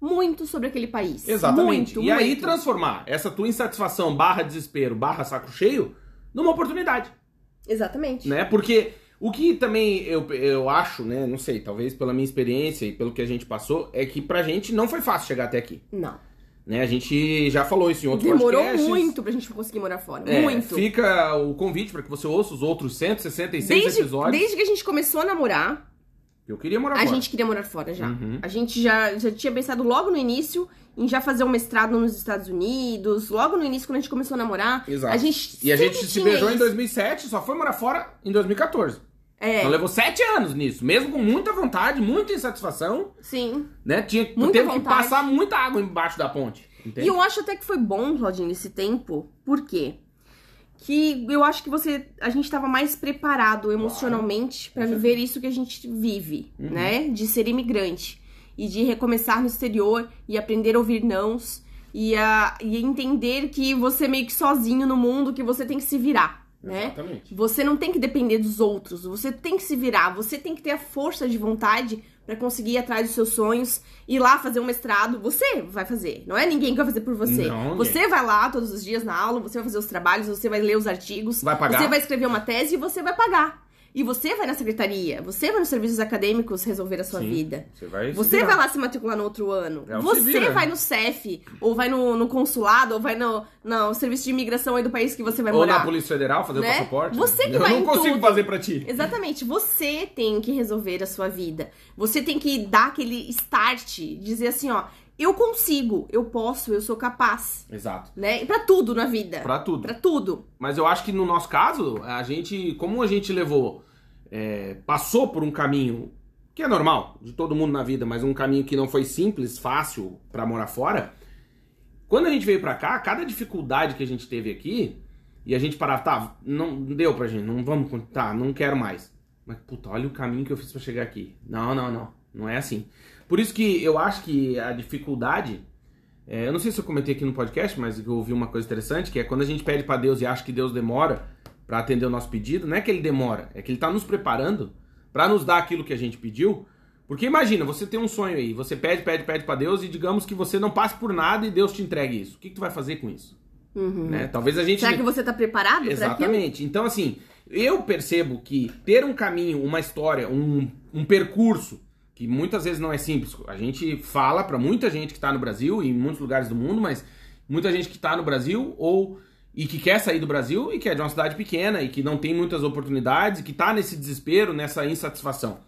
S4: muito sobre aquele país.
S1: Exatamente.
S4: Muito,
S1: e aí
S4: muito.
S1: transformar essa tua insatisfação barra desespero barra saco cheio numa oportunidade,
S4: Exatamente.
S1: né? Porque o que também eu, eu acho, né? Não sei, talvez pela minha experiência e pelo que a gente passou, é que pra gente não foi fácil chegar até aqui.
S4: Não.
S1: Né? A gente já falou isso em outros
S4: Demorou
S1: podcasts.
S4: muito pra gente conseguir morar fora.
S1: É,
S4: muito.
S1: Fica o convite pra que você ouça os outros 166
S4: Desde,
S1: episódios.
S4: desde que a gente começou a namorar,
S1: Eu queria morar
S4: A
S1: fora.
S4: gente queria morar fora já.
S1: Uhum.
S4: A gente já, já tinha pensado logo no início em já fazer um mestrado nos Estados Unidos, logo no início, quando a gente começou a namorar.
S1: Exato.
S4: A gente
S1: E a
S4: sempre
S1: gente se
S4: tinha
S1: beijou em
S4: isso.
S1: 2007, só foi morar fora em 2014.
S4: É,
S1: Então levou sete anos nisso, mesmo com muita vontade, muita insatisfação.
S4: sim.
S1: né? Tinha
S4: Muita
S1: teve que
S4: vontade.
S1: passar muita água embaixo da ponte.
S4: E
S1: Entende?
S4: eu acho até que foi bom, Claudinho, esse tempo. Por quê? Que eu acho que você. A gente tava mais preparado emocionalmente pra
S1: Com
S4: viver isso que a gente vive,
S1: Uhum.
S4: né? De ser imigrante. E de recomeçar no exterior e aprender a ouvir nãos. E, a, e entender que você é meio que sozinho no mundo, que você tem que se virar, né?
S1: Exatamente.
S4: Você não tem que depender dos outros, você tem que se virar, você tem que ter a força de vontade pra conseguir ir atrás dos seus sonhos, ir lá fazer um mestrado, você vai fazer, não é ninguém que vai fazer por você.
S1: Não, ninguém.
S4: você vai lá todos os dias na aula, você vai fazer os trabalhos, você vai ler os artigos,
S1: Vai pagar.
S4: você vai escrever uma tese e você vai pagar. E você vai na secretaria, você vai nos serviços acadêmos resolver a sua
S1: Sim.
S4: vida.
S1: Você vai.
S4: Você vai lá se matricular no outro ano.
S1: É, se
S4: você
S1: vira.
S4: vai no CEF, ou vai no, no consulado, ou vai no, no serviço de imigração aí do país que você vai
S1: Ou
S4: morar.
S1: na Polícia Federal fazer
S4: Né?
S1: o passaporte.
S4: Você que
S1: Eu
S4: vai
S1: não
S4: em
S1: consigo
S4: tudo.
S1: fazer pra ti.
S4: Exatamente, você tem que resolver a sua vida. Você tem que dar aquele start, dizer assim, ó, eu consigo, eu posso, eu sou capaz,
S1: Exato.
S4: né? E pra tudo na vida.
S1: Pra tudo.
S4: Pra tudo.
S1: Mas eu acho que no nosso caso, a gente, como a gente levou, é, passou por um caminho que é normal de todo mundo na vida, mas um caminho que não foi simples, fácil pra morar fora. Quando a gente veio pra cá, cada dificuldade que a gente teve aqui e a gente parava, tá, não deu pra gente, não vamos, con- tá, não quero mais. Mas puta, olha o caminho que eu fiz pra chegar aqui. Não, não, não, não é assim. Por isso que eu acho que a dificuldade É, eu não sei se eu comentei aqui no podcast, mas eu ouvi uma coisa interessante, que é quando a gente pede pra Deus e acha que Deus demora pra atender o nosso pedido, não é que ele demora, é que ele tá nos preparando pra nos dar aquilo que a gente pediu. Porque imagina, você tem um sonho aí, você pede, pede, pede pra Deus e digamos que você não passe por nada e Deus te entregue isso. O que, que tu vai fazer com isso?
S4: Uhum.
S1: Né? Talvez a gente
S4: Será que você tá preparado pra aquilo?
S1: Exatamente. Então, assim, eu percebo que ter um caminho, uma história, um, um percurso, que muitas vezes não é simples. A gente fala pra muita gente que tá no Brasil e em muitos lugares do mundo, mas muita gente que tá no Brasil ou e que quer sair do Brasil e que é de uma cidade pequena e que não tem muitas oportunidades, e que tá nesse desespero, nessa insatisfação.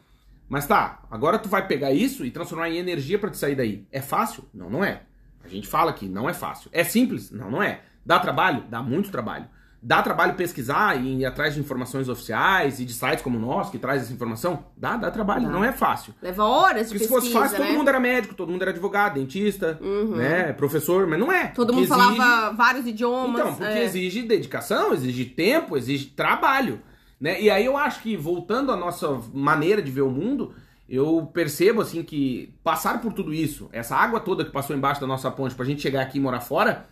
S1: Mas tá, agora tu vai pegar isso e transformar em energia pra te sair daí. É fácil? Não, não é. A gente fala que não é fácil. É simples? Não, não é. Dá trabalho? Dá muito trabalho. Dá trabalho pesquisar e ir atrás de informações oficiais e de sites como o nosso que traz essa informação? Dá, dá trabalho.
S4: Dá.
S1: Não é fácil.
S4: Leva horas de
S1: Porque se
S4: pesquisa,
S1: fosse
S4: né?
S1: fácil,
S4: Uhum.
S1: todo mundo era médico, todo mundo era advogado, dentista, né, professor, mas não é.
S4: Todo mundo
S1: Porque
S4: falava vários idiomas.
S1: então, porque
S4: é.
S1: exige dedicação, exige tempo, exige trabalho, né? E aí eu acho que voltando à nossa maneira de ver o mundo, eu percebo assim que passar por tudo isso, essa água toda que passou embaixo da nossa ponte pra gente chegar aqui e morar fora,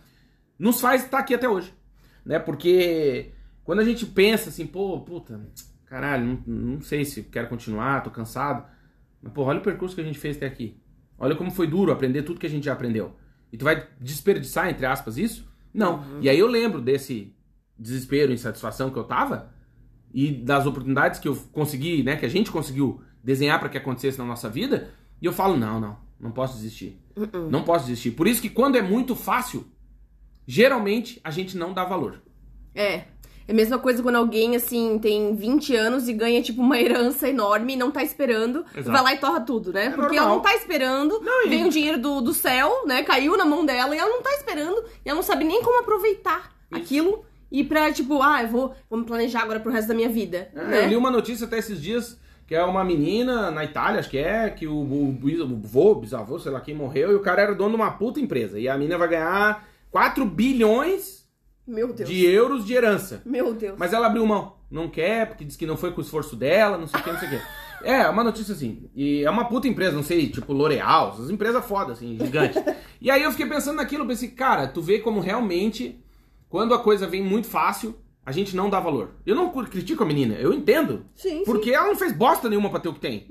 S1: nos faz estar aqui até hoje, né? Porque quando a gente pensa assim, pô, puta, caralho, não, não sei se quero continuar, tô cansado. Mas, pô, olha o percurso que a gente fez até aqui. Olha como foi duro aprender tudo que a gente já aprendeu. E tu vai desperdiçar, entre aspas, isso? Não.
S4: Uhum.
S1: E aí eu lembro desse desespero, insatisfação que eu tava e das oportunidades que eu consegui, né, que a gente conseguiu desenhar pra que acontecesse na nossa vida. E eu falo, não, não, não posso desistir.
S4: Uh-uh.
S1: Não posso desistir. Por isso que quando é muito fácil, geralmente a gente não dá valor.
S4: É. É a mesma coisa quando alguém, assim, tem 20 anos e ganha, tipo, uma herança enorme e não tá esperando.
S1: Exato. É
S4: Vai lá e torra tudo, né? Porque ela
S1: normal.
S4: não tá esperando.
S1: Não, e-
S4: Vem o dinheiro do, do céu, né? Caiu na mão dela e ela não tá esperando. E ela não sabe nem como aproveitar aquilo. E pra, tipo, ah, eu vou, vou me planejar agora pro resto da minha vida.
S1: É,
S4: né?
S1: Eu li uma notícia até esses dias que é uma menina na Itália, acho que é, que o, o, bis- o vô, bisavô, sei lá quem morreu, e o cara era dono de uma puta empresa. E a menina vai ganhar 4 bilhões
S4: Meu Deus.
S1: de euros de herança.
S4: Meu Deus.
S1: Mas ela abriu mão. Não quer, porque diz que não foi com o esforço dela, não sei o que, não sei o que. É, uma notícia assim. E é uma puta empresa, não sei, tipo L'Oreal, essas empresas fodas, assim, gigantes. e aí eu fiquei pensando naquilo, pensei, cara, tu vê como realmente, quando a coisa vem muito fácil, a gente não dá valor. Eu não cur- critico a menina, eu entendo.
S4: Sim, Hum. Uhum. sim.
S1: Porque ela não fez bosta nenhuma pra ter o que tem.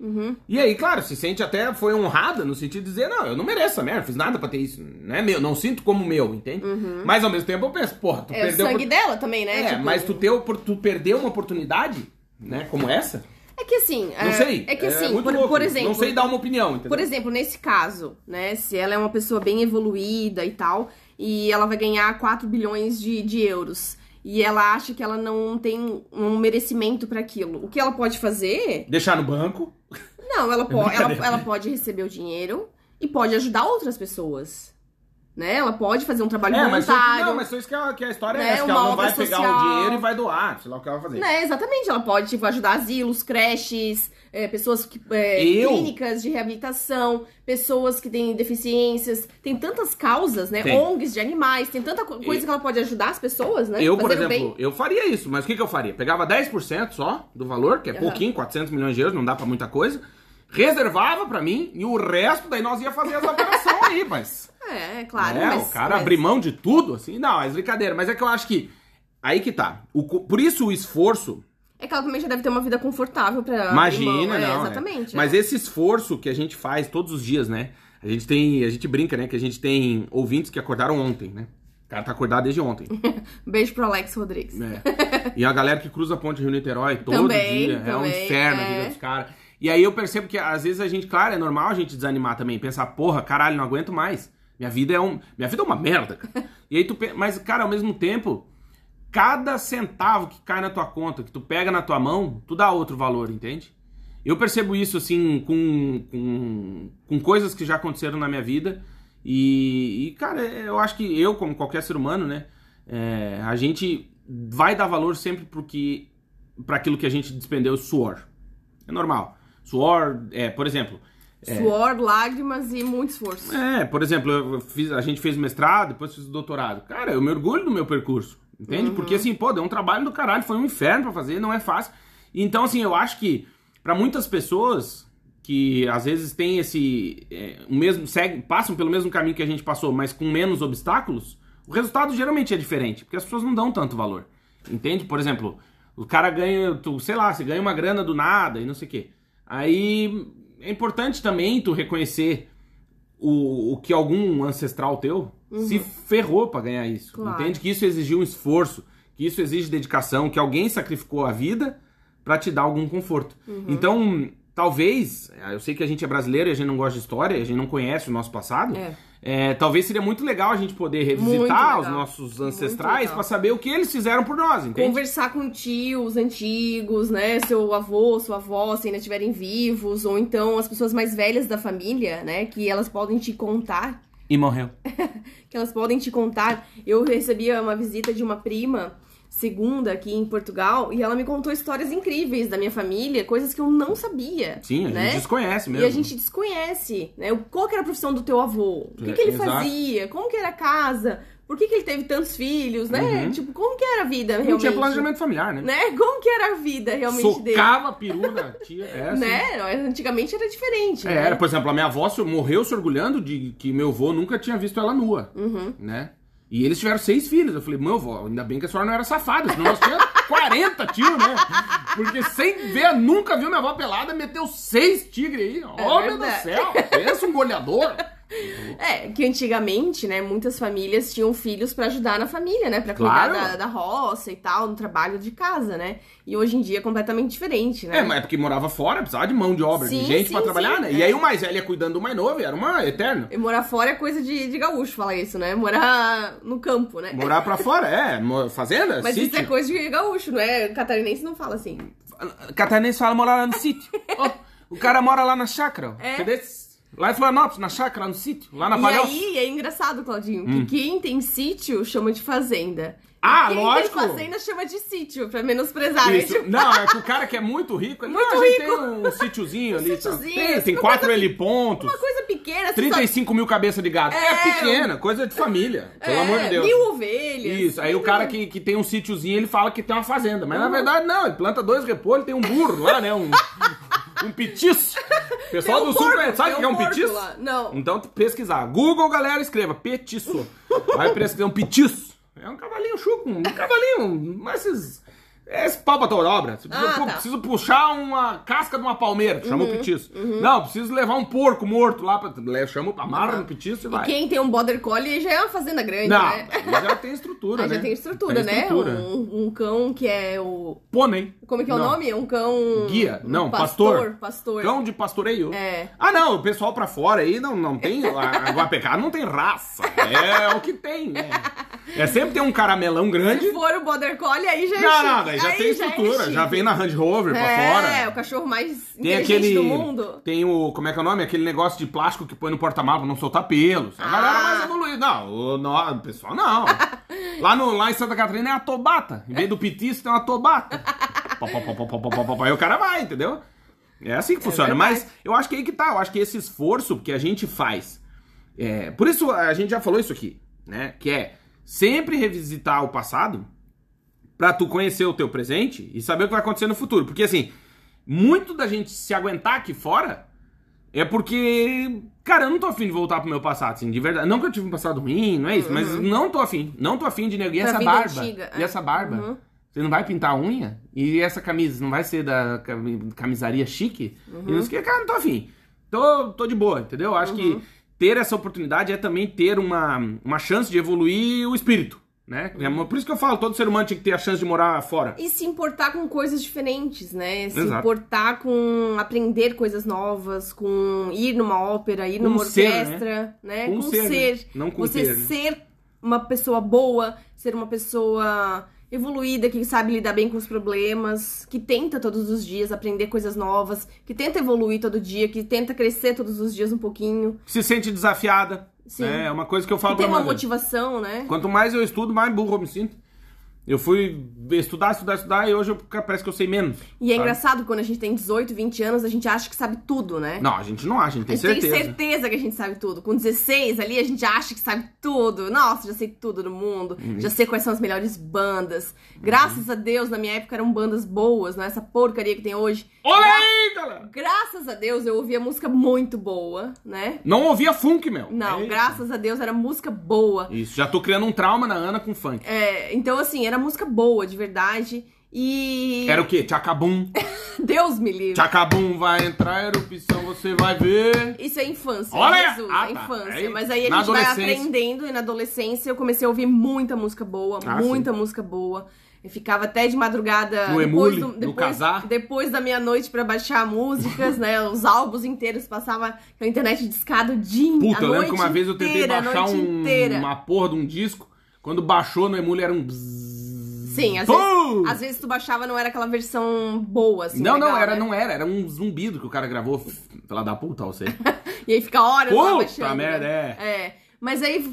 S1: E aí, claro, se sente até, foi honrada no sentido de dizer, não, eu não mereço essa merda, fiz nada pra ter isso, não é meu, não sinto como meu, entende?
S4: Uhum.
S1: Mas ao mesmo tempo eu penso, porra, tu
S4: É o
S1: perdeu...
S4: sangue
S1: por-
S4: dela também, né?
S1: é,
S4: Tipo,
S1: mas tu, teu, tu perdeu uma oportunidade, né, como essa?
S4: É que assim.
S1: Não
S4: é,
S1: sei.
S4: É que assim,
S1: muito
S4: por,
S1: louco
S4: por
S1: isso.
S4: exemplo.
S1: Não sei dar uma opinião, entendeu?
S4: Por exemplo, nesse caso, né? Se ela é uma pessoa bem evoluída e tal, e ela vai ganhar 4 bilhões de, de euros. E ela acha que ela não tem um merecimento pra aquilo. O que ela pode fazer?
S1: Deixar no banco.
S4: Não, ela, po ela,
S1: É Brincadeira.
S4: ela pode receber o dinheiro e pode ajudar outras pessoas. Né? Ela pode fazer um trabalho
S1: É, mas, só,
S4: voluntário.
S1: não, mas só isso que, ela- que a história é
S4: Né,
S1: essa,
S4: uma
S1: que ela não
S4: obra
S1: vai pegar
S4: social.
S1: o dinheiro e vai doar, sei lá o que ela vai fazer.
S4: Né, exatamente. Ela pode, tipo, ajudar asilos, creches, é, pessoas que. é,
S1: Eu?
S4: clínicas de reabilitação, pessoas que têm deficiências. Tem tantas causas, né?
S1: Tem.
S4: ONGs de animais, tem tanta co- coisa
S1: E-
S4: que ela pode ajudar as pessoas, né?
S1: Eu, por
S4: Fazer o
S1: exemplo, eu faria isso, mas o que, que eu faria? Pegava 10% só do valor, que é
S4: Aham.
S1: pouquinho, 400 milhões de euros, não dá pra muita coisa. Reservava pra mim e o resto daí nós ia fazer as operações aí, mas...
S4: bem. É, é claro.
S1: É,
S4: mas,
S1: o cara
S4: mas-
S1: abrir mão de tudo, assim, não, é brincadeira. Mas é que eu acho que. Aí que tá. O co- por isso o esforço.
S4: É que ela também já deve ter uma vida confortável pra. abrir mão,
S1: imagina,
S4: é,
S1: não. né?
S4: Exatamente.
S1: Mas
S4: é.
S1: esse esforço que a gente faz todos os dias, né? A gente tem. A gente brinca, né? Que a gente tem ouvintes que acordaram ontem, né? O cara tá acordado desde ontem.
S4: Beijo pro Alex Rodrigues.
S1: É. E a galera que cruza a ponte Rio-Niterói todo
S4: Também,
S1: dia. é um
S4: também,
S1: inferno a
S4: é.
S1: vida dos caras. E aí eu percebo que às vezes a gente, claro, é normal a gente desanimar também. Pensar, porra, caralho, não aguento mais. Minha vida é um, minha vida é uma merda. cara. e aí tu, pe- mas cara, ao mesmo tempo, cada centavo que cai na tua conta, que tu pega na tua mão, tu dá outro valor, entende? Eu percebo isso, assim, com, com, com coisas que já aconteceram na minha vida. E, e, cara, eu acho que eu, como qualquer ser humano, né? é, a gente vai dar valor sempre pro que, pra aquilo que a gente despendeu suor. É normal. Suor, é, por exemplo,
S4: Suor, lágrimas e muito esforço.
S1: é, por exemplo, eu fiz- a gente fez mestrado, depois fiz doutorado. Cara, eu me orgulho do meu percurso, entende? Porque assim, pô, deu um trabalho do caralho, foi um inferno pra fazer, não é fácil. Então, assim, eu acho que pra muitas pessoas que às vezes tem esse é, o mesmo segue, passam pelo mesmo caminho que a gente passou, mas com menos obstáculos, o resultado geralmente é diferente, porque as pessoas não dão tanto valor. Entende? Por exemplo, o cara ganha, tu, sei lá, você ganha uma grana do nada e não sei o quê. Aí é importante também tu reconhecer o, o que algum ancestral teu se ferrou pra ganhar isso.
S4: Uhum. Claro.
S1: Entende? Que isso exigiu um esforço, que isso exige dedicação, que alguém sacrificou a vida pra te dar algum conforto.
S4: Uhum.
S1: Então, talvez, eu sei que a gente é brasileiro e a gente não gosta de história, a gente não conhece o nosso passado.
S4: É.
S1: É, talvez seria muito legal a gente poder
S4: Muito
S1: revisitar
S4: legal.
S1: os nossos
S4: Muito
S1: ancestrais
S4: legal.
S1: pra saber o que eles fizeram por nós, entende?
S4: Conversar com tios antigos, né? Seu avô, sua avó, se ainda estiverem vivos, ou então as pessoas mais velhas da família, né? Que elas podem te contar
S1: E morreu.
S4: que elas podem te contar. Eu recebi uma visita de uma prima segunda aqui em Portugal e ela me contou histórias incríveis da minha família, coisas que eu não sabia.
S1: Sim, a
S4: né?
S1: gente desconhece
S4: E
S1: mesmo.
S4: a gente desconhece, né? O- Qual que era a profissão do teu avô? O que, que ele
S1: É, Exato.
S4: fazia? Como que era a casa? Por que, que ele teve tantos filhos, né?
S1: Uhum.
S4: Tipo, como que era a vida
S1: não
S4: realmente?
S1: tinha planejamento familiar, né?
S4: Né? Como que era a vida realmente dele?
S1: Socava a peru na tia. É, assim.
S4: Né? Antigamente era diferente.
S1: É,
S4: né?
S1: era, por exemplo, a minha avó se- morreu se orgulhando de que meu avô nunca tinha visto ela nua,
S4: Uhum.
S1: né? E eles tiveram seis filhos. Eu falei, meu avó, ainda bem que a senhora não era safada, senão nós tínhamos 40 tios, né? Porque sem ver, nunca viu minha avó pelada, meteu seis tigres aí. Ó, meu Deus do
S4: É verdade.
S1: céu, pensa um goleador.
S4: É, que antigamente, né, muitas famílias tinham filhos pra ajudar na família, né? Pra
S1: Claro.
S4: cuidar da, da roça e tal, no trabalho de casa, né? E hoje em dia é completamente diferente, né?
S1: É, mas é porque morava fora, precisava de mão de obra, de
S4: Sim,
S1: gente
S4: sim,
S1: pra trabalhar,
S4: sim,
S1: né?
S4: é.
S1: E aí o mais velho ia cuidando do mais novo, era uma eterna.
S4: E morar fora é coisa de, de gaúcho falar isso, né? Morar no campo, né?
S1: Morar pra fora, é, mo- fazenda,
S4: Mas
S1: sítio.
S4: isso é coisa de gaúcho, não é? Catarinense não fala assim.
S1: Catarinense fala morar lá no sítio. Ó, o cara mora lá na chácara. ó.
S4: É.
S1: Cadê esse? Lá em Florianópolis, na chácara, lá no sítio, lá na
S4: e
S1: palhoça.
S4: aí é engraçado, Claudinho, que quem tem sítio chama de fazenda. E
S1: Hum. Ah,
S4: quem
S1: lógico.
S4: tem fazenda chama de sítio, pra menosprezar, né?
S1: Isso.
S4: Tipo,
S1: Não, é que o cara que é muito rico, ele
S4: Muito
S1: "Ah, a gente
S4: rico."
S1: tem um sítiozinho ali. tá?
S4: sítiozinho,
S1: Tem,
S4: assim,
S1: tem
S4: uma
S1: quatro
S4: coisa-
S1: helipontos,
S4: uma coisa pequena, assim, você só
S1: 35 mil cabeça de gado. É,
S4: É,
S1: pequena, coisa de família, pelo
S4: É,
S1: amor de Deus.
S4: Mil ovelhas.
S1: Isso, aí o cara que, que tem um sítiozinho, ele fala que tem uma fazenda.
S4: Uhum.
S1: Mas na verdade, não, ele planta dois repolhos, tem um burro lá, né? Um, um petiço.
S4: Tem
S1: O pessoal
S4: um
S1: do sul
S4: porco,
S1: conhece, sabe o
S4: tem
S1: que é um
S4: porco
S1: petiço?
S4: lá. Não.
S1: Então pesquisar. Google, galera, escreva petiço. Vai pesquisar um petiço. É um cavalinho chuco, um cavalinho, mas esses... É esse pau pra toda obra. Você precisa-
S4: Ah,
S1: pô,
S4: tá. Uhum,
S1: Preciso puxar uma casca de uma palmeira. Chama o petiço. Não, preciso levar um porco morto lá. Pra, le- chama, amarra no petiço e vai.
S4: E quem tem um border collie já é uma fazenda grande,
S1: Não,
S4: né?
S1: mas já tem estrutura,
S4: Ah,
S1: né?
S4: já tem estrutura, né?
S1: estrutura.
S4: Um, um cão que é o.
S1: Pônei.
S4: Como é que é
S1: Não.
S4: o nome? Um cão.
S1: Guia.
S4: um
S1: Não, pastor.
S4: Pastor. pastor.
S1: Cão de pastoreio.
S4: É.
S1: Ah, não, o pessoal pra fora aí não, não tem. A Guapecá não tem raça. É o que tem, né? É sempre tem um caramelão grande.
S4: Se for o border collie, aí já é.
S1: Não,
S4: chique.
S1: não, daí já
S4: Aí
S1: tem
S4: é
S1: estrutura,
S4: chique.
S1: já vem na Range Rover pra fora.
S4: É, o cachorro mais
S1: Tem
S4: inteligente
S1: aquele.
S4: do mundo.
S1: Tem o. Como é que é o nome? Aquele negócio de plástico que põe no porta-malas pra não soltar pelos. A
S4: Ah.
S1: galera mais evoluída. Não, o, no- o pessoal não. lá, no, lá em Santa Catarina é a tobata. Em vez do pitis, tem uma tobata. Pó, pó, pó, pó, pó, pó, pó, pó, pó. Aí o cara vai, entendeu? É assim que funciona. Mas eu acho que aí que tá. Eu acho que esse esforço que a gente faz. é, por isso a gente já falou isso aqui, né? Que é sempre revisitar o passado pra tu conhecer o teu presente e saber o que vai acontecer no futuro. Porque assim, muito da gente se aguentar aqui fora é porque, cara, eu não tô afim de voltar pro meu passado, assim, de verdade. Não que eu tive um passado ruim, não é isso, mas não tô afim. Não tô afim de negar. E
S4: Uhum. Pra
S1: essa
S4: vida
S1: barba?
S4: antiga,
S1: E
S4: é.
S1: essa barba?
S4: Uhum.
S1: Você não vai pintar a unha? E essa camisa não vai ser da cami- camisaria chique? E
S4: Uhum.
S1: não sei o que, cara, não tô afim. Tô, tô de boa, entendeu? Acho que ter essa oportunidade é também ter uma, uma chance de evoluir o espírito, né? É
S4: Uhum.
S1: uma- Por isso que eu falo, todo ser humano tinha que ter a chance de morar fora.
S4: E se importar com coisas diferentes, né? Se
S1: Exato.
S4: importar com aprender coisas novas, com ir numa ópera, ir
S1: Com
S4: numa
S1: ser, né?
S4: orquestra, né?
S1: Com ser, né? Não com
S4: Você
S1: ter, né?
S4: ser uma pessoa boa, ser uma pessoa evoluída, que sabe lidar bem com os problemas, que tenta todos os dias aprender coisas novas, que tenta evoluir todo dia, que tenta crescer todos os dias um pouquinho,
S1: Se sente desafiada.
S4: Sim.
S1: né? É uma coisa que eu falo
S4: que tem
S1: pra
S4: uma
S1: Amanda.
S4: motivação, né?
S1: Quanto mais eu estudo, mais burro eu me sinto. Eu fui estudar, estudar, estudar, e hoje eu- parece que eu sei menos.
S4: E é
S1: sabe?
S4: engraçado quando a gente tem 18, 20 anos, a gente acha que sabe tudo, né?
S1: Não, a gente não acha, a gente
S4: a
S1: tem
S4: gente
S1: certeza.
S4: tem certeza que a gente sabe tudo. Com 16 ali, a gente acha que sabe tudo. Nossa, já sei tudo do mundo.
S1: Uhum.
S4: Já sei quais são as melhores bandas. Graças a Deus, na minha época eram bandas boas, não é essa porcaria que tem hoje.
S1: Olha aí, galera!
S4: Graças a Deus, eu ouvia música muito boa, né?
S1: Não ouvia funk, meu.
S4: Não,
S1: É isso.
S4: graças a Deus era música boa.
S1: Isso, já tô criando um trauma na Ana com funk.
S4: É, então, assim, era música boa, de verdade. E.
S1: Era o quê? Tchacabum.
S4: É. Deus me livre.
S1: Tchacabum vai entrar, erupção, você vai ver.
S4: Isso é infância,
S1: Olha!
S4: Jesus,
S1: Ah,
S4: é
S1: tá.
S4: infância.
S1: Aí,
S4: Mas aí a
S1: na
S4: gente vai
S1: adolescência.
S4: aprendendo e na adolescência eu comecei a ouvir muita música boa,
S1: Ah,
S4: muita música boa. Eu ficava até de madrugada
S1: No
S4: depois,
S1: emule,
S4: do-
S1: no
S4: depois,
S1: casar.
S4: depois da meia-noite pra baixar músicas, né? Os álbuns inteiros passava na internet discada o dia in-
S1: Puta,
S4: a
S1: eu lembro
S4: noite
S1: que uma vez eu tentei
S4: inteira, a
S1: baixar
S4: noite
S1: um-
S4: inteira.
S1: uma porra de um disco. Quando baixou no emule era um. bzzz.
S4: Sim, às vezes,
S1: Pum!
S4: às vezes tu baixava não era aquela versão boa, assim.
S1: não, não
S4: legal,
S1: era,
S4: né?
S1: não era, era um zumbido que o cara gravou. Fala da puta, você.
S4: E aí fica horas lá
S1: Puta
S4: baixando. né?
S1: merda, é.
S4: É. Mas aí.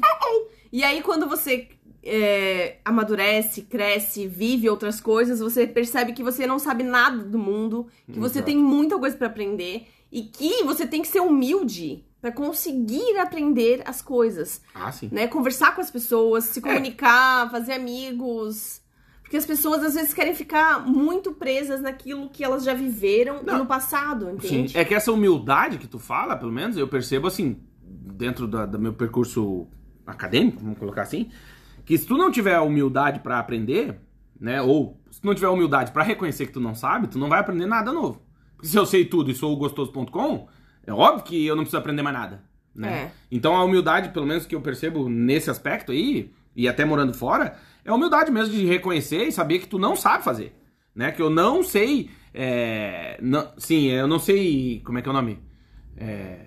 S4: E aí, quando você é, amadurece, cresce, vive outras coisas, você percebe que você não sabe nada do mundo, que você
S1: Exato.
S4: tem muita coisa pra aprender e que você tem que ser humilde pra conseguir aprender as coisas,
S1: Ah, sim.
S4: né? Conversar com as pessoas,
S1: É.
S4: se comunicar, fazer amigos. Porque as pessoas às vezes querem ficar muito presas naquilo que elas já viveram
S1: Não.
S4: no passado,
S1: Sim,
S4: entende?
S1: é que essa humildade que tu fala, pelo menos, eu percebo assim, dentro da- do meu percurso acadêmico, vamos colocar assim, que se tu não tiver a humildade pra aprender, né, ou se tu não tiver a humildade pra reconhecer que tu não sabe, tu não vai aprender nada novo. Porque se eu sei tudo e sou o gostoso.com, é óbvio que eu não preciso aprender mais nada, né?
S4: É.
S1: Então a humildade, pelo menos que eu percebo nesse aspecto aí, e até morando fora, é a humildade mesmo de reconhecer e saber que tu não sabe fazer. Né? Que eu não sei. é, não- sim, eu não sei. Como é que é o nome? É,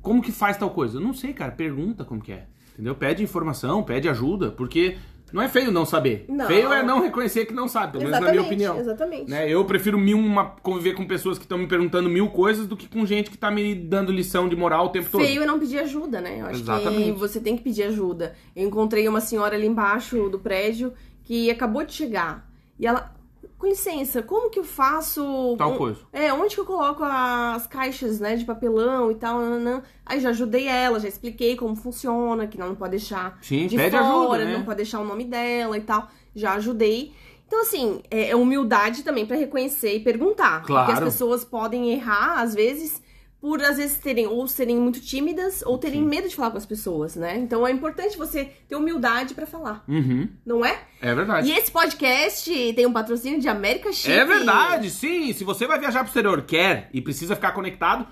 S1: como que faz tal coisa? Eu não sei, cara. Pergunta como que é. Entendeu? Pede informação, pede ajuda, porque não é feio não saber.
S4: Não.
S1: Feio é não reconhecer que não sabe, pelo menos na minha opinião.
S4: exatamente.
S1: Né? Eu prefiro mil uma conviver com pessoas que estão me perguntando mil coisas do que com gente que tá me dando lição de moral o tempo todo.
S4: Feio é não pedir ajuda, né? Eu acho que
S1: Exatamente.
S4: você tem que pedir ajuda. Eu encontrei uma senhora ali embaixo do prédio que acabou de chegar. E ela, com licença, como que eu faço.
S1: Tal
S4: um-
S1: coisa.
S4: É, onde que eu coloco as caixas, né, de papelão e tal, nananã. Aí já ajudei ela, já expliquei como funciona, que não pode deixar
S1: Sim,
S4: de
S1: pede
S4: fora,
S1: ajuda, né?
S4: não pode deixar o nome dela e tal. Já ajudei. Então, assim, é é humildade também pra reconhecer e perguntar.
S1: Claro.
S4: Porque as pessoas podem errar, às vezes, por às vezes terem ou serem muito tímidas ou terem medo de falar com as pessoas, né? Então é importante você ter humildade pra falar,
S1: Uhum.
S4: não é?
S1: É verdade.
S4: E esse podcast tem um patrocínio de América Chip.
S1: É verdade, sim. Se você vai viajar pro exterior, quer e precisa ficar conectado,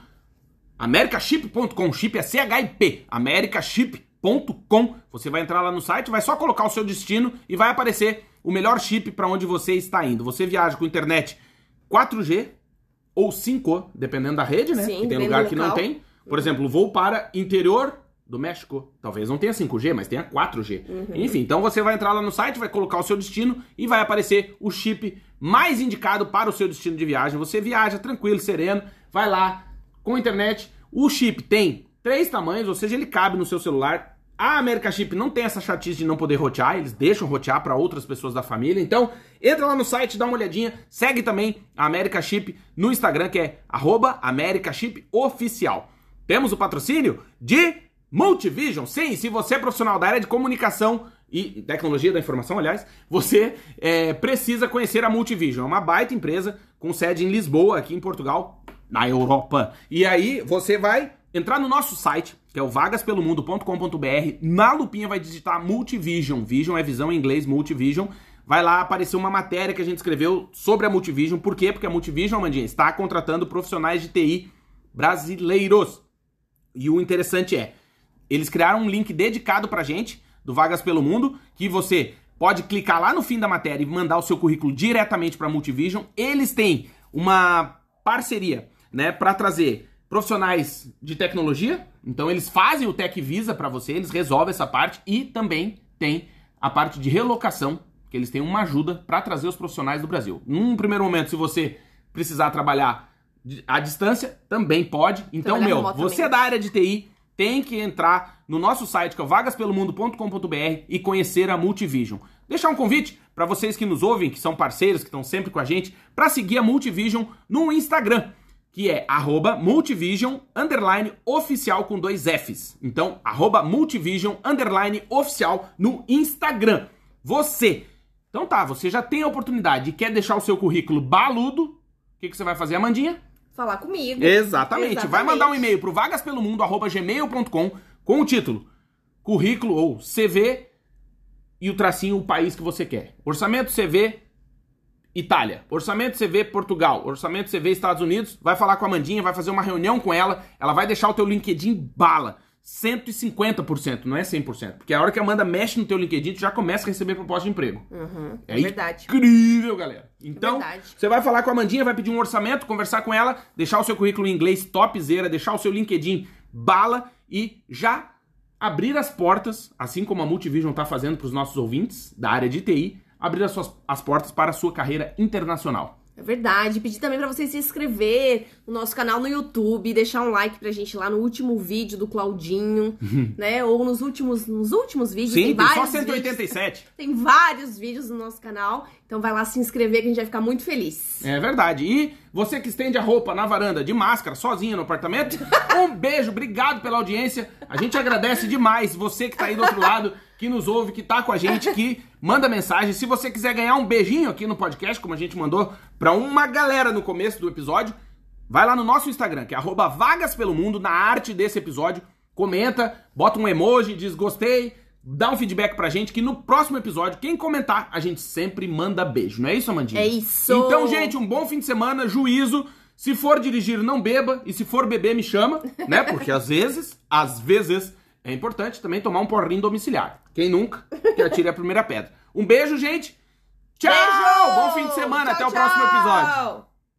S1: americaship.com, chip é C-H-I-P, americaship.com. Você vai entrar lá no site, vai só colocar o seu destino e vai aparecer o melhor chip para onde você está indo. Você viaja com internet 4G ou 5, dependendo da rede, né?
S4: Sim,
S1: que tem
S4: dependendo
S1: lugar
S4: do
S1: que não
S4: local.
S1: tem. Por exemplo, vou para interior do México. Talvez não tenha 5G, mas tenha 4G.
S4: Uhum.
S1: Enfim, então você vai entrar lá no site, vai colocar o seu destino e vai aparecer o chip mais indicado para o seu destino de viagem. Você viaja tranquilo, sereno, vai lá com internet. O chip tem três tamanhos, ou seja, ele cabe no seu celular. A América Chip não tem essa chatice de não poder rotear, eles deixam rotear para outras pessoas da família. Então, entra lá no site, dá uma olhadinha, segue também a América Chip no Instagram, que é arroba América Chip Oficial. Temos o patrocínio de Multivision. Sim, se você é profissional da área de comunicação e tecnologia da informação, aliás, você é, precisa conhecer a Multivision. É uma baita empresa com sede em Lisboa, aqui em Portugal, na Europa. E aí você vai entrar no nosso site, que é o vagaspelomundo.com.br. Na lupinha vai digitar Multivision. Vision é visão em inglês, Multivision. Vai lá aparecer uma matéria que a gente escreveu sobre a Multivision. Por quê? Porque a Multivision, Mandinha, está contratando profissionais de TI brasileiros. E o interessante é, eles criaram um link dedicado pra gente, do Vagas pelo Mundo, que você pode clicar lá no fim da matéria e mandar o seu currículo diretamente pra Multivision. Eles têm uma parceria, né, para trazer profissionais de tecnologia. Então eles fazem o Tech Visa pra você, eles resolvem essa parte e também tem a parte de relocação, que eles têm uma ajuda pra trazer os profissionais do Brasil. Num primeiro momento, se você precisar trabalhar de- à distância, também pode. Então,
S4: Trabalhar
S1: meu,
S4: remotamente.
S1: você é da área de TI, tem que entrar no nosso site, que é o vagaspelomundo.com.br e conhecer a Multivision. deixar um convite para vocês que nos ouvem, que são parceiros, que estão sempre com a gente, para seguir a Multivision no Instagram, que é arroba Multivision underline oficial com dois Fs. Então, arroba Multivision underline oficial no Instagram. Você. Então tá, você já tem a oportunidade e quer deixar o seu currículo baludo, o que, que você vai fazer, Amandinha?
S4: Falar comigo.
S1: Exatamente. Vai
S4: Exatamente.
S1: mandar um e-mail pro vagaspelomundo.gmail.com com o título currículo ou CV e o tracinho o país que você quer. Orçamento CV Itália, orçamento CV Portugal, orçamento CV Estados Unidos. Vai falar com a Mandinha, vai fazer uma reunião com ela, ela vai deixar o teu LinkedIn bala. 150%, não é 100%. Porque a hora que a Amanda mexe no teu LinkedIn, tu já começa a receber proposta de emprego.
S4: Uhum,
S1: É
S4: é verdade. É
S1: incrível, galera. Então,
S4: verdade.
S1: você vai falar com a Mandinha, vai pedir um orçamento, conversar com ela, deixar o seu currículo em inglês topzera, deixar o seu LinkedIn bala e já abrir as portas, assim como a Multivision está fazendo para os nossos ouvintes da área de TI, abrir as, suas, as portas para a sua carreira internacional.
S4: É verdade. Pedir também pra você se inscrever no nosso canal no YouTube, deixar um like pra gente lá no último vídeo do Claudinho, né? Ou nos últimos, nos últimos vídeos.
S1: Sim, tem só
S4: vários vídeos.
S1: 187.
S4: Tem vários vídeos no nosso canal, então vai lá se inscrever que a gente vai ficar muito feliz.
S1: É verdade. E você que estende a roupa na varanda de máscara, sozinha no apartamento, um beijo, obrigado pela audiência. A gente agradece demais você que tá aí do outro lado, que nos ouve, que tá com a gente, que manda mensagem. Se você quiser ganhar um beijinho aqui no podcast, como a gente mandou pra uma galera no começo do episódio, vai lá no nosso Instagram, que é arroba vagas pelo mundo, na arte desse episódio, comenta, bota um emoji, diz gostei, dá um feedback pra gente, que no próximo episódio, quem comentar, a gente sempre manda beijo. Não é isso, Amandinha?
S4: É isso.
S1: Então, gente, um bom fim de semana, juízo. Se for dirigir, não beba. E se for beber, me chama, né? Porque às vezes, às vezes, é importante também tomar um porrinho domiciliar. Quem nunca, que atire a primeira pedra. Um beijo, gente. Tchau!
S4: Beijo!
S1: Bom fim de
S4: Tchau,
S1: semana. Até o próximo
S4: tchau!
S1: episódio.
S4: episódio.